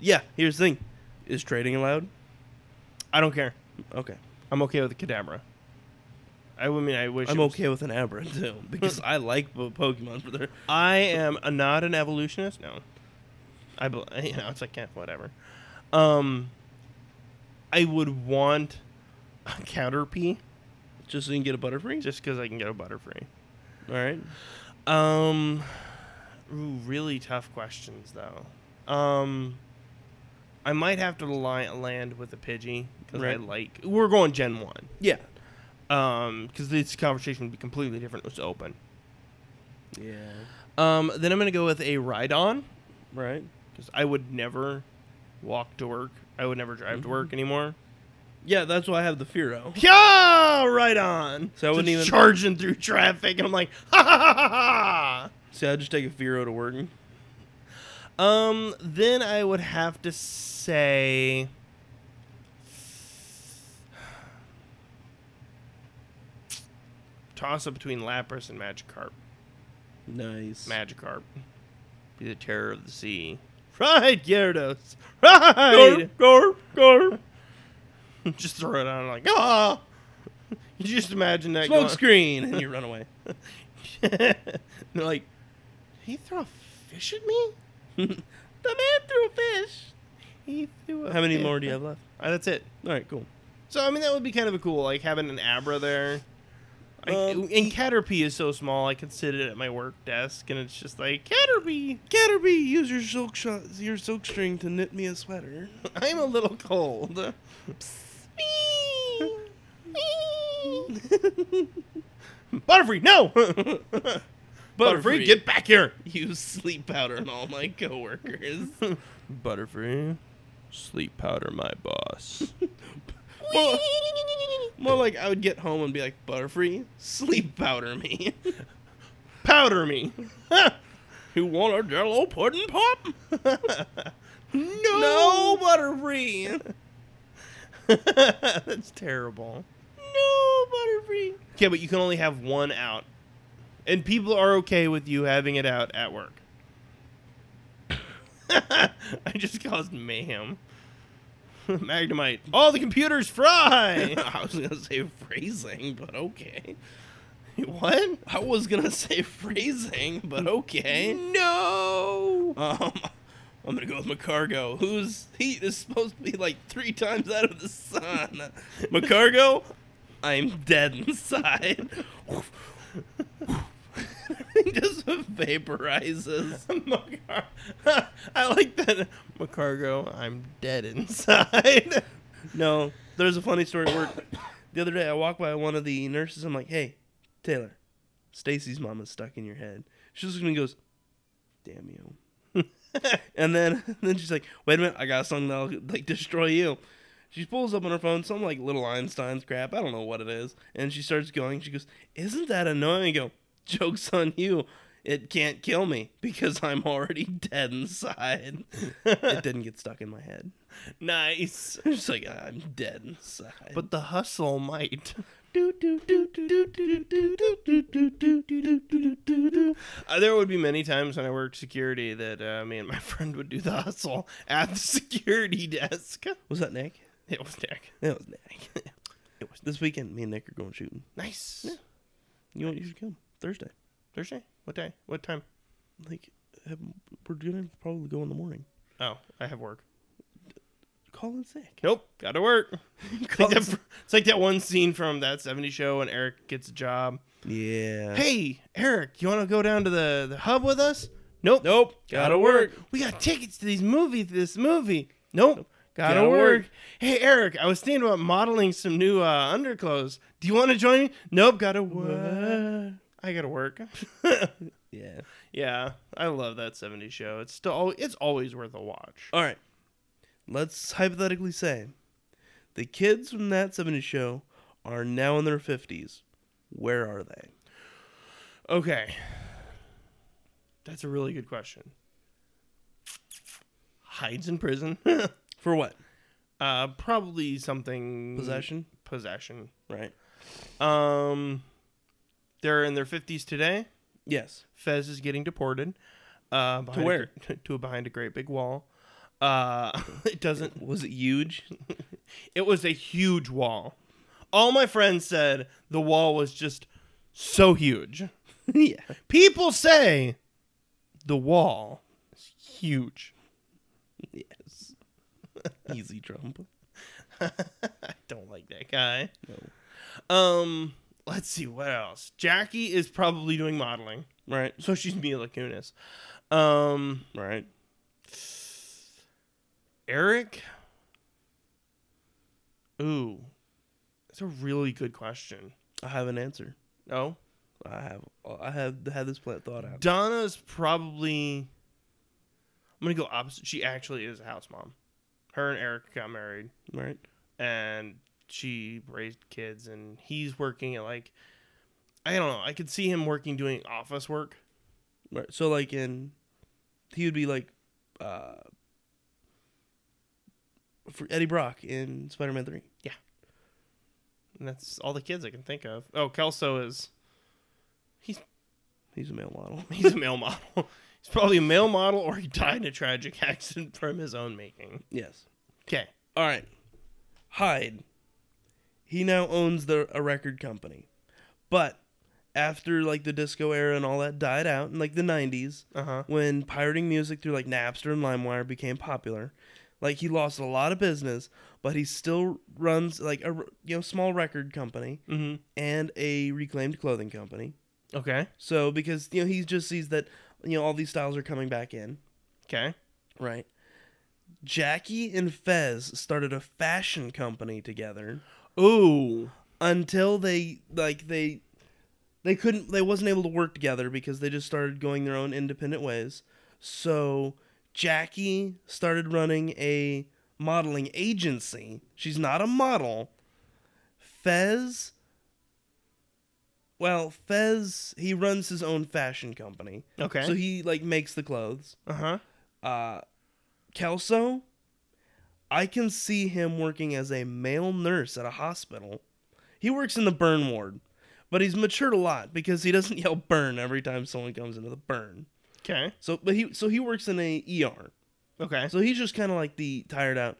Speaker 2: Yeah, here's the thing. Is trading allowed?
Speaker 1: I don't care.
Speaker 2: Okay.
Speaker 1: I'm okay with the Kadabra. I would- I mean, I wish.
Speaker 2: I'm
Speaker 1: it was-
Speaker 2: okay with an Abra, too, because I like bo- Pokemon for their.
Speaker 1: I am a, not an evolutionist. No, I bel- you know it's like eh, whatever. Um, I would want a Caterpie
Speaker 2: Just so you can get a Butterfree?
Speaker 1: just because I can get a Butterfree.
Speaker 2: All right.
Speaker 1: Um, ooh, really tough questions though. Um, I might have to li- land with a Pidgey because I
Speaker 2: Right.
Speaker 1: like. We're going Gen One.
Speaker 2: Yeah.
Speaker 1: Um, because this conversation would be completely different. if It was open.
Speaker 2: Yeah.
Speaker 1: Um, then I'm gonna go with a Rhydon.
Speaker 2: Right.
Speaker 1: because I would never walk to work. I would never drive to work anymore.
Speaker 2: Yeah, that's why I have the Firo.
Speaker 1: Yeah, right on.
Speaker 2: So I wouldn't
Speaker 1: Just
Speaker 2: even-
Speaker 1: charging through traffic, and I'm like, ha ha ha ha
Speaker 2: See, I just take a Firo to work.
Speaker 1: ha. Um, then I would have to say. Toss up between Lapras and Magikarp.
Speaker 2: Nice.
Speaker 1: Magikarp. Be the terror of the sea. Right, Gyarados. Right.
Speaker 2: Garp, garp.
Speaker 1: just throw it on like ah. You just imagine that
Speaker 2: Smoke
Speaker 1: going-
Speaker 2: screen, and you run away.
Speaker 1: They're like, he threw a fish at me.
Speaker 2: the man threw a fish.
Speaker 1: He threw a
Speaker 2: How many
Speaker 1: fish
Speaker 2: more do you
Speaker 1: at-
Speaker 2: have left?
Speaker 1: Uh, that's it.
Speaker 2: All right, cool.
Speaker 1: So I mean, that would be kind of a cool, like having an Abra there. I,
Speaker 2: Um,
Speaker 1: and Caterpie is so small, I can sit it at my work desk, and it's just like Caterpie.
Speaker 2: Caterpie, use your silk shot, your silk string to knit me a sweater.
Speaker 1: I'm a little cold. Butterfree, no. Butterfree,
Speaker 2: Butterfree.
Speaker 1: get back here.
Speaker 2: Use sleep powder on all my coworkers.
Speaker 1: Butterfree, sleep powder, my boss.
Speaker 2: more, more like I would get home and be like, Butterfree, sleep powder me.
Speaker 1: powder me.
Speaker 2: you want a Jello pudding pop?
Speaker 1: no.
Speaker 2: no, Butterfree.
Speaker 1: That's terrible.
Speaker 2: No, Butterfree.
Speaker 1: Okay, but you can only have one out. And people are okay with you having it out at work. I just caused mayhem. Magnemite. All the computers fry!
Speaker 2: I was gonna say phrasing, but okay.
Speaker 1: what?
Speaker 2: I was gonna say phrasing, but okay.
Speaker 1: No!
Speaker 2: Um, I'm gonna go with Macargo, whose heat is supposed to be like three times out of the sun. Macargo, I'm dead inside. Everything just vaporizes.
Speaker 1: Macar- I like that. Macargo, I'm dead inside.
Speaker 2: No, there's a funny story at work. The other day, I walked by one of the nurses. I'm like, "Hey, Taylor, Stacy's mom is stuck in your head." She looks at me and goes, "Damn you!" and then, then she's like, "Wait a minute, I got something that'll like destroy you." She pulls up on her phone some like little Einstein's crap. I don't know what it is, and she starts going. She goes, "Isn't that annoying?" I go, "Jokes on you." It can't kill me because I'm already dead inside. it didn't get stuck in my head.
Speaker 1: nice.
Speaker 2: I'm just like, I'm "Ah, dead inside.
Speaker 1: But the hustle might. Uh, there would be many times when I worked security that uh, me and my friend would do the hustle at the security desk.
Speaker 2: Was that Nick?
Speaker 1: It was Nick.
Speaker 2: That was Nick. it was this weekend. Me and Nick are going shooting.
Speaker 1: Nice.
Speaker 2: You know what? You should come Thursday.
Speaker 1: Thursday? What day? What time?
Speaker 2: Like have, we're gonna probably go in the morning.
Speaker 1: Oh, I have work.
Speaker 2: Call in sick.
Speaker 1: Nope, gotta work. It's like,
Speaker 2: Call in
Speaker 1: that,
Speaker 2: sick.
Speaker 1: it's like that one scene from that 70s show when Eric gets a job.
Speaker 2: Yeah.
Speaker 1: Hey, Eric, you want to go down to the, the hub with us? Nope. Nope.
Speaker 2: gotta work.
Speaker 1: We got tickets to these movies. This movie. Nope. Gotta,
Speaker 2: Gotta
Speaker 1: work.
Speaker 2: work.
Speaker 1: Hey, Eric, I was thinking about modeling some new uh, underclothes. Do you want to join me? Nope. Gotta work. I gotta work.
Speaker 2: Yeah.
Speaker 1: yeah, I love that 70s show. It's still al- it's always worth a watch.
Speaker 2: All right. Let's hypothetically say the kids from that 70s show are now in their 50s. Where are they?
Speaker 1: Okay. That's a really good question. Hides in prison.
Speaker 2: For what?
Speaker 1: uh, probably something
Speaker 2: Possession?
Speaker 1: Possession.
Speaker 2: Right.
Speaker 1: Um, they're in their fifties today.
Speaker 2: Yes.
Speaker 1: Fez is getting deported. Uh, behind a
Speaker 2: where?
Speaker 1: gr- to behind a great big wall. Uh, it doesn't.
Speaker 2: Was it huge?
Speaker 1: It was a huge wall. All my friends said the wall was just so huge.
Speaker 2: yeah.
Speaker 1: People say the wall is huge.
Speaker 2: Yes. Easy Trump.
Speaker 1: I don't like that guy.
Speaker 2: No.
Speaker 1: Um, let's see what else. Jackie is probably doing modeling,
Speaker 2: Right.
Speaker 1: so she's Mila Kunis. Um,
Speaker 2: Right.
Speaker 1: Eric? Ooh. That's a really good question.
Speaker 2: I have an answer.
Speaker 1: No?
Speaker 2: I have I have had this plan thought out.
Speaker 1: Donna's probably I'm gonna go opposite. She actually is a house mom. Her and Eric got married
Speaker 2: Right.
Speaker 1: and she raised kids and he's working at like I don't know, I could see him working doing office work.
Speaker 2: Right. So like in he would be like uh for Eddie Brock in Spider-Man 3.
Speaker 1: And that's all the kids I can think of. Oh, Kelso is
Speaker 2: He's a male model.
Speaker 1: he's a male model. He's probably a male model or he died in a tragic accident from his own making.
Speaker 2: yes.
Speaker 1: Okay.
Speaker 2: All right. Hyde. He now owns the a record company. But after like the disco era and all that died out in like the 90s
Speaker 1: Uh-huh.
Speaker 2: when pirating music through like Napster and LimeWire became popular, like he lost a lot of business, but he still runs like a r- you know small record company
Speaker 1: Mm-hmm.
Speaker 2: and a reclaimed clothing company.
Speaker 1: Okay.
Speaker 2: So because you know he just sees that you know all these styles are coming back in,
Speaker 1: Okay.
Speaker 2: right? Jackie and Fez started a fashion company together
Speaker 1: Ooh.
Speaker 2: until they like they they couldn't they wasn't able to work together because they just started going their own independent ways. So Jackie started running a modeling agency. She's not a model. Fez well, Fez he runs his own fashion company.
Speaker 1: Okay.
Speaker 2: So he like makes the clothes.
Speaker 1: uh huh.
Speaker 2: Uh Kelso I can see him working as a male nurse at a hospital. He works in the burn ward, but he's matured a lot because he doesn't yell burn every time someone comes into the burn.
Speaker 1: Okay.
Speaker 2: So but he so he works in a ER.
Speaker 1: Okay.
Speaker 2: So he's just kind of like the tired out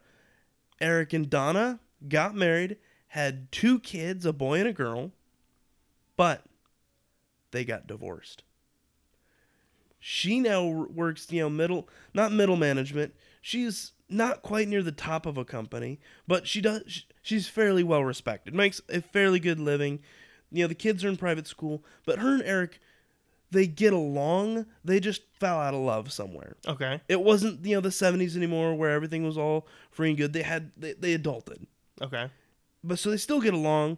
Speaker 2: Eric and Donna got married, had two kids, a boy and a girl, but they got divorced. She now r- works, you know, middle not middle management. She's not quite near the top of a company, but she does sh- she's fairly well respected. Makes a fairly good living. You know, the kids are in private school, but her and Eric they get along. They just fell out of love somewhere
Speaker 1: Okay.
Speaker 2: it wasn't you know the 70s anymore where everything was all free and good they had they, they adulted
Speaker 1: Okay.
Speaker 2: but so they still get along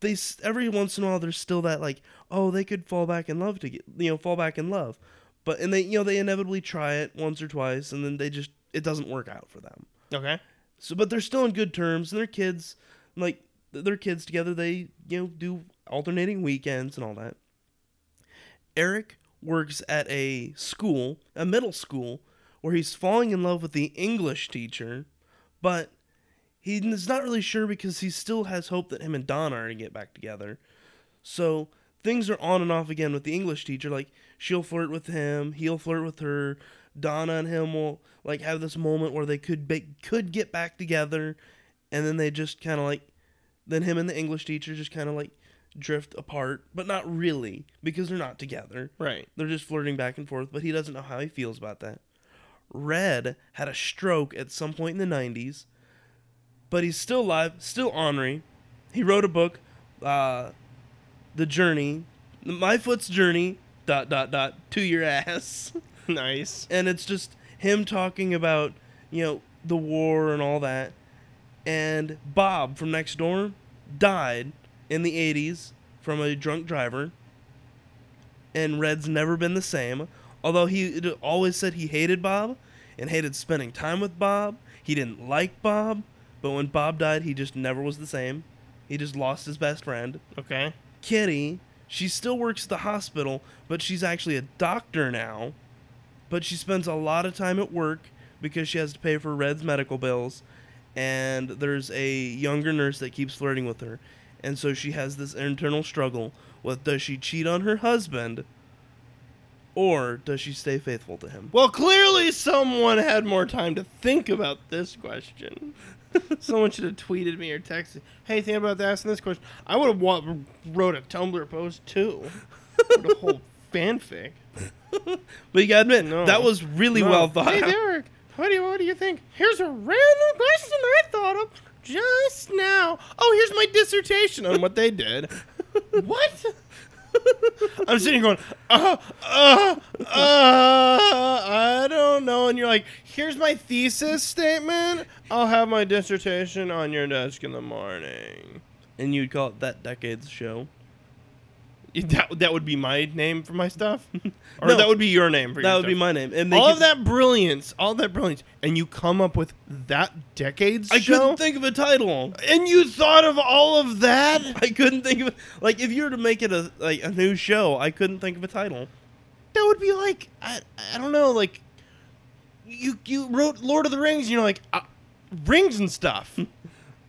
Speaker 2: they s- every once in a while there's still that like oh they could fall back in love to get you know fall back in love but and they you know they inevitably try it once or twice and then they just it doesn't work out for them
Speaker 1: Okay.
Speaker 2: so but they're still in good terms and their kids like th- their kids together they you know do alternating weekends and all that eric works at a school a middle school where he's falling in love with the english teacher but He's not really sure because he still has hope that him and Donna are going to get back together. So things are on and off again with the English teacher. Like she'll flirt with him, he'll flirt with her. Donna and him will like have this moment where they could ba- could get back together, and then they just kind of like, then him and the English teacher just kind of like drift apart, but not really because they're not together.
Speaker 1: Right.
Speaker 2: They're just flirting back and forth, but he doesn't know how he feels about that. Red had a stroke at some point in the 90s, but he's still alive, still ornery. He wrote a book, uh, The Journey, My Foot's Journey, dot, dot, dot, to your ass.
Speaker 1: Nice.
Speaker 2: And it's just him talking about, you know, the war and all that. And Bob from next door died in the 80s from a drunk driver. And Red's never been the same. Although he d- always said he hated Bob and hated spending time with Bob, he didn't like Bob. But when Bob died, he just never was the same. He just lost his best friend.
Speaker 1: Okay.
Speaker 2: Kitty, she still works at the hospital, but she's actually a doctor now. But she spends a lot of time at work because she has to pay for Red's medical bills. And there's a younger nurse that keeps flirting with her. And so she has this internal struggle with does she cheat on her husband or does she stay faithful to him?
Speaker 1: Well, clearly someone had more time to think about this question. someone should have tweeted me or texted, "Hey, think about that asking this question." I would have wa- wrote a Tumblr post too, wrote a whole fanfic.
Speaker 2: But you gotta admit,
Speaker 1: No.
Speaker 2: that was really
Speaker 1: No.
Speaker 2: well thought
Speaker 1: Hey,
Speaker 2: out.
Speaker 1: Derek, what do you what do you think? Here's a random question I thought of just now. Oh, here's my dissertation on what they did. what? I'm sitting here going, uh, uh, uh, I don't know. And you're like, here's my thesis statement. I'll have my dissertation on your desk in the morning.
Speaker 2: And you'd call it that decade's show.
Speaker 1: That, that would be my name for my stuff? Or
Speaker 2: No.
Speaker 1: that would be your name for your
Speaker 2: That would
Speaker 1: stuff?
Speaker 2: be my name. And they
Speaker 1: all
Speaker 2: could-
Speaker 1: of that brilliance, all that brilliance, and you come up with that decades
Speaker 2: I
Speaker 1: show,
Speaker 2: couldn't think of a title.
Speaker 1: and you thought of all of that.
Speaker 2: I couldn't think of like if you were to make it a like a new show, I couldn't think of a title.
Speaker 1: That would be like I, I don't know, like you you wrote Lord of the Rings, and you're like uh, rings and stuff.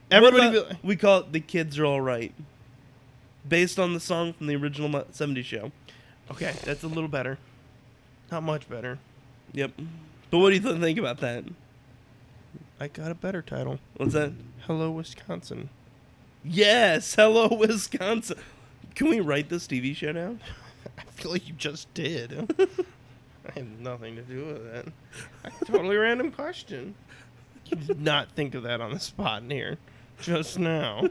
Speaker 1: Everybody,
Speaker 2: What
Speaker 1: be
Speaker 2: about-
Speaker 1: like,
Speaker 2: we call it "The Kids Are All Right," based on the song from the original mo- '70s show.
Speaker 1: okay, that's a little better, not much better.
Speaker 2: Yep. But what do you th- think about that?
Speaker 1: I got a better title.
Speaker 2: What's that?
Speaker 1: Hello, Wisconsin.
Speaker 2: Yes, hello Wisconsin. Can we write this TV show now?
Speaker 1: I feel like you just did. I had nothing to do with it. A totally random question. You did not think of that on the spot in here just now.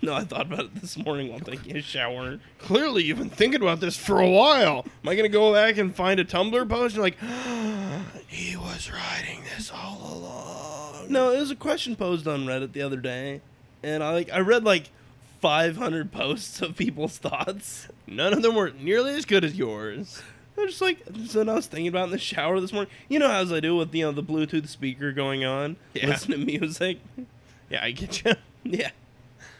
Speaker 2: No, I thought about it this morning while taking a shower.
Speaker 1: Clearly, you've been thinking about this for a while. Am I going to go back and find a Tumblr post? You're like, he was writing this all along.
Speaker 2: No, it was a question posed on Reddit the other day, and I like I read like 500 posts of people's thoughts.
Speaker 1: None of them were nearly as good as yours.
Speaker 2: I was just like, so I was thinking about in the shower this morning. You know how as I do with you know the Bluetooth speaker going on,
Speaker 1: Yeah.
Speaker 2: listen to music.
Speaker 1: Yeah, I get you.
Speaker 2: yeah.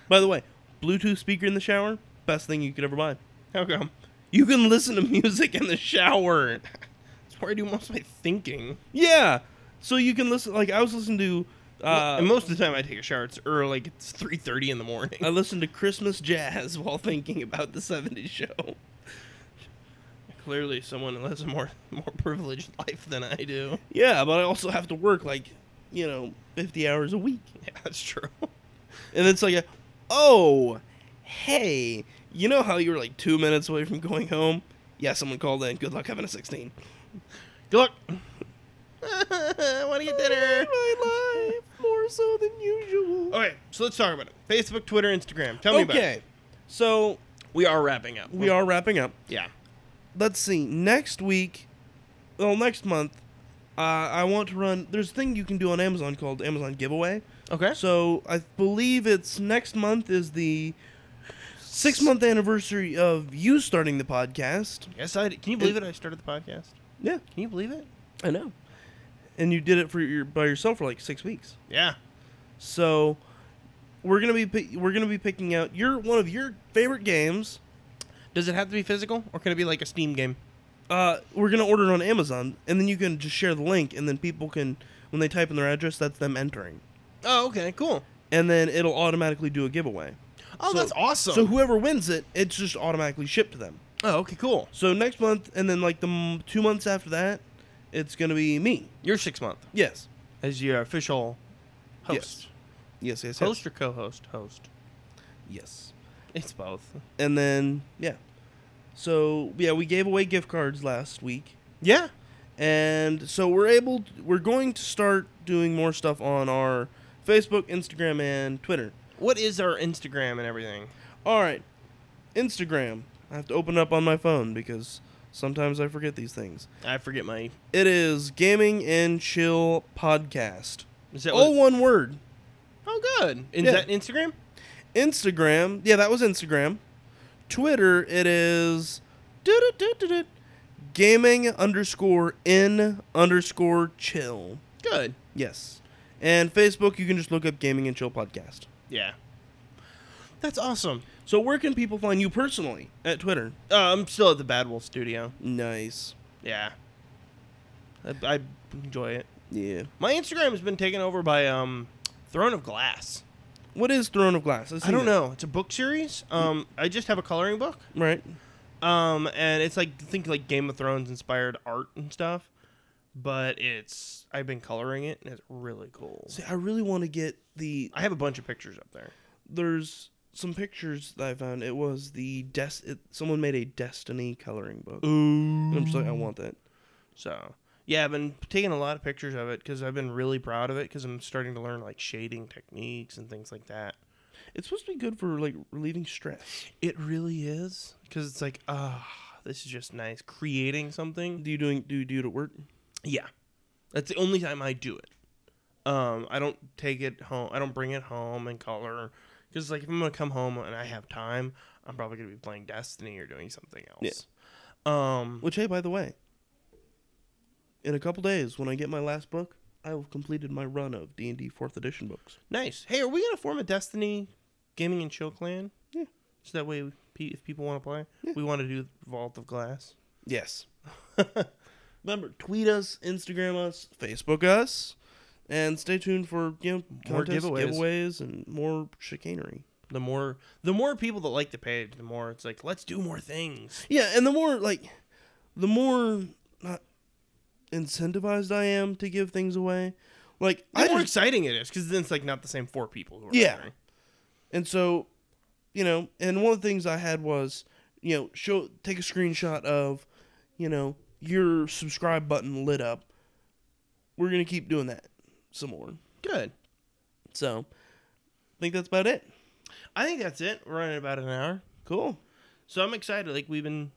Speaker 2: By the way, Bluetooth speaker in the shower, best thing you could ever buy.
Speaker 1: How come?
Speaker 2: You can listen to music in the shower.
Speaker 1: That's where I do most of my thinking.
Speaker 2: Yeah. So you can listen. Like I was listening to,
Speaker 1: and
Speaker 2: uh,
Speaker 1: most of the time I take a shower. It's early, like it's 3.30 in the morning.
Speaker 2: I listened to Christmas jazz while thinking about the '70s show.
Speaker 1: Clearly, someone who lives a more more privileged life than I do.
Speaker 2: Yeah, but I also have to work like, you know, 50 hours a week.
Speaker 1: Yeah, that's true.
Speaker 2: And it's like, a, oh, hey, you know how you were like two minutes away from going home? Yeah, someone called in. Good luck having a 16.
Speaker 1: Good luck. I want to get dinner.
Speaker 2: My life more so than usual.
Speaker 1: Okay, so let's talk about it. Facebook, Twitter, Instagram. Tell me about it.
Speaker 2: okay, so
Speaker 1: We are wrapping up.
Speaker 2: we are wrapping up.
Speaker 1: Yeah.
Speaker 2: Let's see. Next week, well, next month, uh, I want to run. There's a thing you can do on Amazon called Amazon Giveaway.
Speaker 1: Okay.
Speaker 2: So I believe it's next month is the six month anniversary of you starting the podcast.
Speaker 1: Yes, I. Can you believe it? I started the podcast.
Speaker 2: Yeah,
Speaker 1: Can you believe it?
Speaker 2: I know. And you did it for your by yourself for like six weeks.
Speaker 1: Yeah.
Speaker 2: So we're gonna be pi- we're gonna be picking out your one of your favorite games.
Speaker 1: Does it have to be physical, or can it be like a Steam game?
Speaker 2: Uh, we're gonna order it on Amazon, and then you can just share the link, and then people can when they type in their address, that's them entering.
Speaker 1: Oh, okay, cool.
Speaker 2: and then it'll automatically do a giveaway.
Speaker 1: Oh,
Speaker 2: So-
Speaker 1: that's awesome.
Speaker 2: So whoever wins it, it's just automatically shipped to them.
Speaker 1: oh, okay, cool.
Speaker 2: So next month, and then like the m- two months after that, it's gonna be me.
Speaker 1: You're six month
Speaker 2: Yes.
Speaker 1: as your official host.
Speaker 2: Yes. Yes. Yes. Yes.
Speaker 1: Host or co-host? Host.
Speaker 2: Yes.
Speaker 1: It's both.
Speaker 2: And then yeah. So yeah, we gave away gift cards last week,
Speaker 1: Yeah.
Speaker 2: and so we're able. we're going to start doing more stuff on our Facebook, Instagram, and Twitter.
Speaker 1: What is our Instagram and everything?
Speaker 2: All right, Instagram. I have to open it up on my phone because sometimes I forget these things.
Speaker 1: I forget my.
Speaker 2: It is Gaming and Chill Podcast.
Speaker 1: Is that
Speaker 2: All
Speaker 1: what-
Speaker 2: one word.
Speaker 1: oh, good. Is
Speaker 2: Yeah.
Speaker 1: that Instagram?
Speaker 2: Instagram. Yeah, that was Instagram. Twitter, it is doo-doo-doo-doo-doo, gaming underscore in underscore chill.
Speaker 1: Good.
Speaker 2: Yes. And Facebook, you can just look up Gaming and Chill Podcast.
Speaker 1: Yeah. That's awesome.
Speaker 2: So, where can people find you personally? At Twitter.
Speaker 1: Uh, I'm still at the Bad Wolf Studio.
Speaker 2: Nice.
Speaker 1: Yeah. I, I enjoy it.
Speaker 2: Yeah.
Speaker 1: My Instagram has been taken over by um, Throne of Glass.
Speaker 2: What is Throne of Glass? I've
Speaker 1: I
Speaker 2: seen
Speaker 1: don't
Speaker 2: it.
Speaker 1: know. It's a book series. Um, I just have a coloring book.
Speaker 2: Right.
Speaker 1: Um, and it's like think like Game of Thrones inspired art and stuff. But it's I've been coloring it and it's really cool.
Speaker 2: See, I really want to get the.
Speaker 1: I have a bunch of pictures up there.
Speaker 2: There's some pictures that I found. It was the des. It, someone made a Destiny coloring book.
Speaker 1: Ooh.
Speaker 2: And I'm just like, I want that.
Speaker 1: So yeah, I've been taking a lot of pictures of it because I've been really proud of it because I'm starting to learn like shading techniques and things like that.
Speaker 2: It's supposed to be good for like relieving stress.
Speaker 1: It really is because it's like ah, this is just nice creating something.
Speaker 2: Do you doing do you do it at work?
Speaker 1: Yeah, that's the only time I do it. Um, I don't take it home. I don't bring it home and color because like if I'm gonna come home and I have time, I'm probably gonna be playing Destiny or doing something else. Um,
Speaker 2: Which hey, by the way, in a couple days when I get my last book, I will have completed my run of D and D fourth edition books.
Speaker 1: nice. Hey, are we gonna form a Destiny gaming and chill clan?
Speaker 2: Yeah.
Speaker 1: So that way, pe- if people want to play,
Speaker 2: Yeah.
Speaker 1: we want to do Vault of Glass.
Speaker 2: Yes. Remember, tweet us, Instagram us, Facebook us, and stay tuned for you know
Speaker 1: More
Speaker 2: contests,
Speaker 1: giveaways.
Speaker 2: giveaways, and more chicanery.
Speaker 1: The more, the more people that like the page, the more it's like, let's do more things.
Speaker 2: Yeah, and the more like, the more not incentivized I am to give things away, like
Speaker 1: The
Speaker 2: I
Speaker 1: more
Speaker 2: just
Speaker 1: exciting it is because then it's like not the same four people who are
Speaker 2: Yeah.
Speaker 1: entering.
Speaker 2: And so, you know, and one of the things I had was, you know, show take a screenshot of, you know, your subscribe button lit up. We're gonna keep doing that some more.
Speaker 1: Good.
Speaker 2: So, I think that's about it.
Speaker 1: I think that's it. We're running about an hour.
Speaker 2: Cool.
Speaker 1: So I'm excited. Like we've been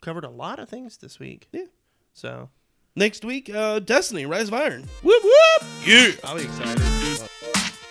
Speaker 1: covered a lot of things this week.
Speaker 2: Yeah.
Speaker 1: So
Speaker 2: Next week, uh, Destiny Rise of Iron.
Speaker 1: whoop whoop. Yeah. I'll be excited.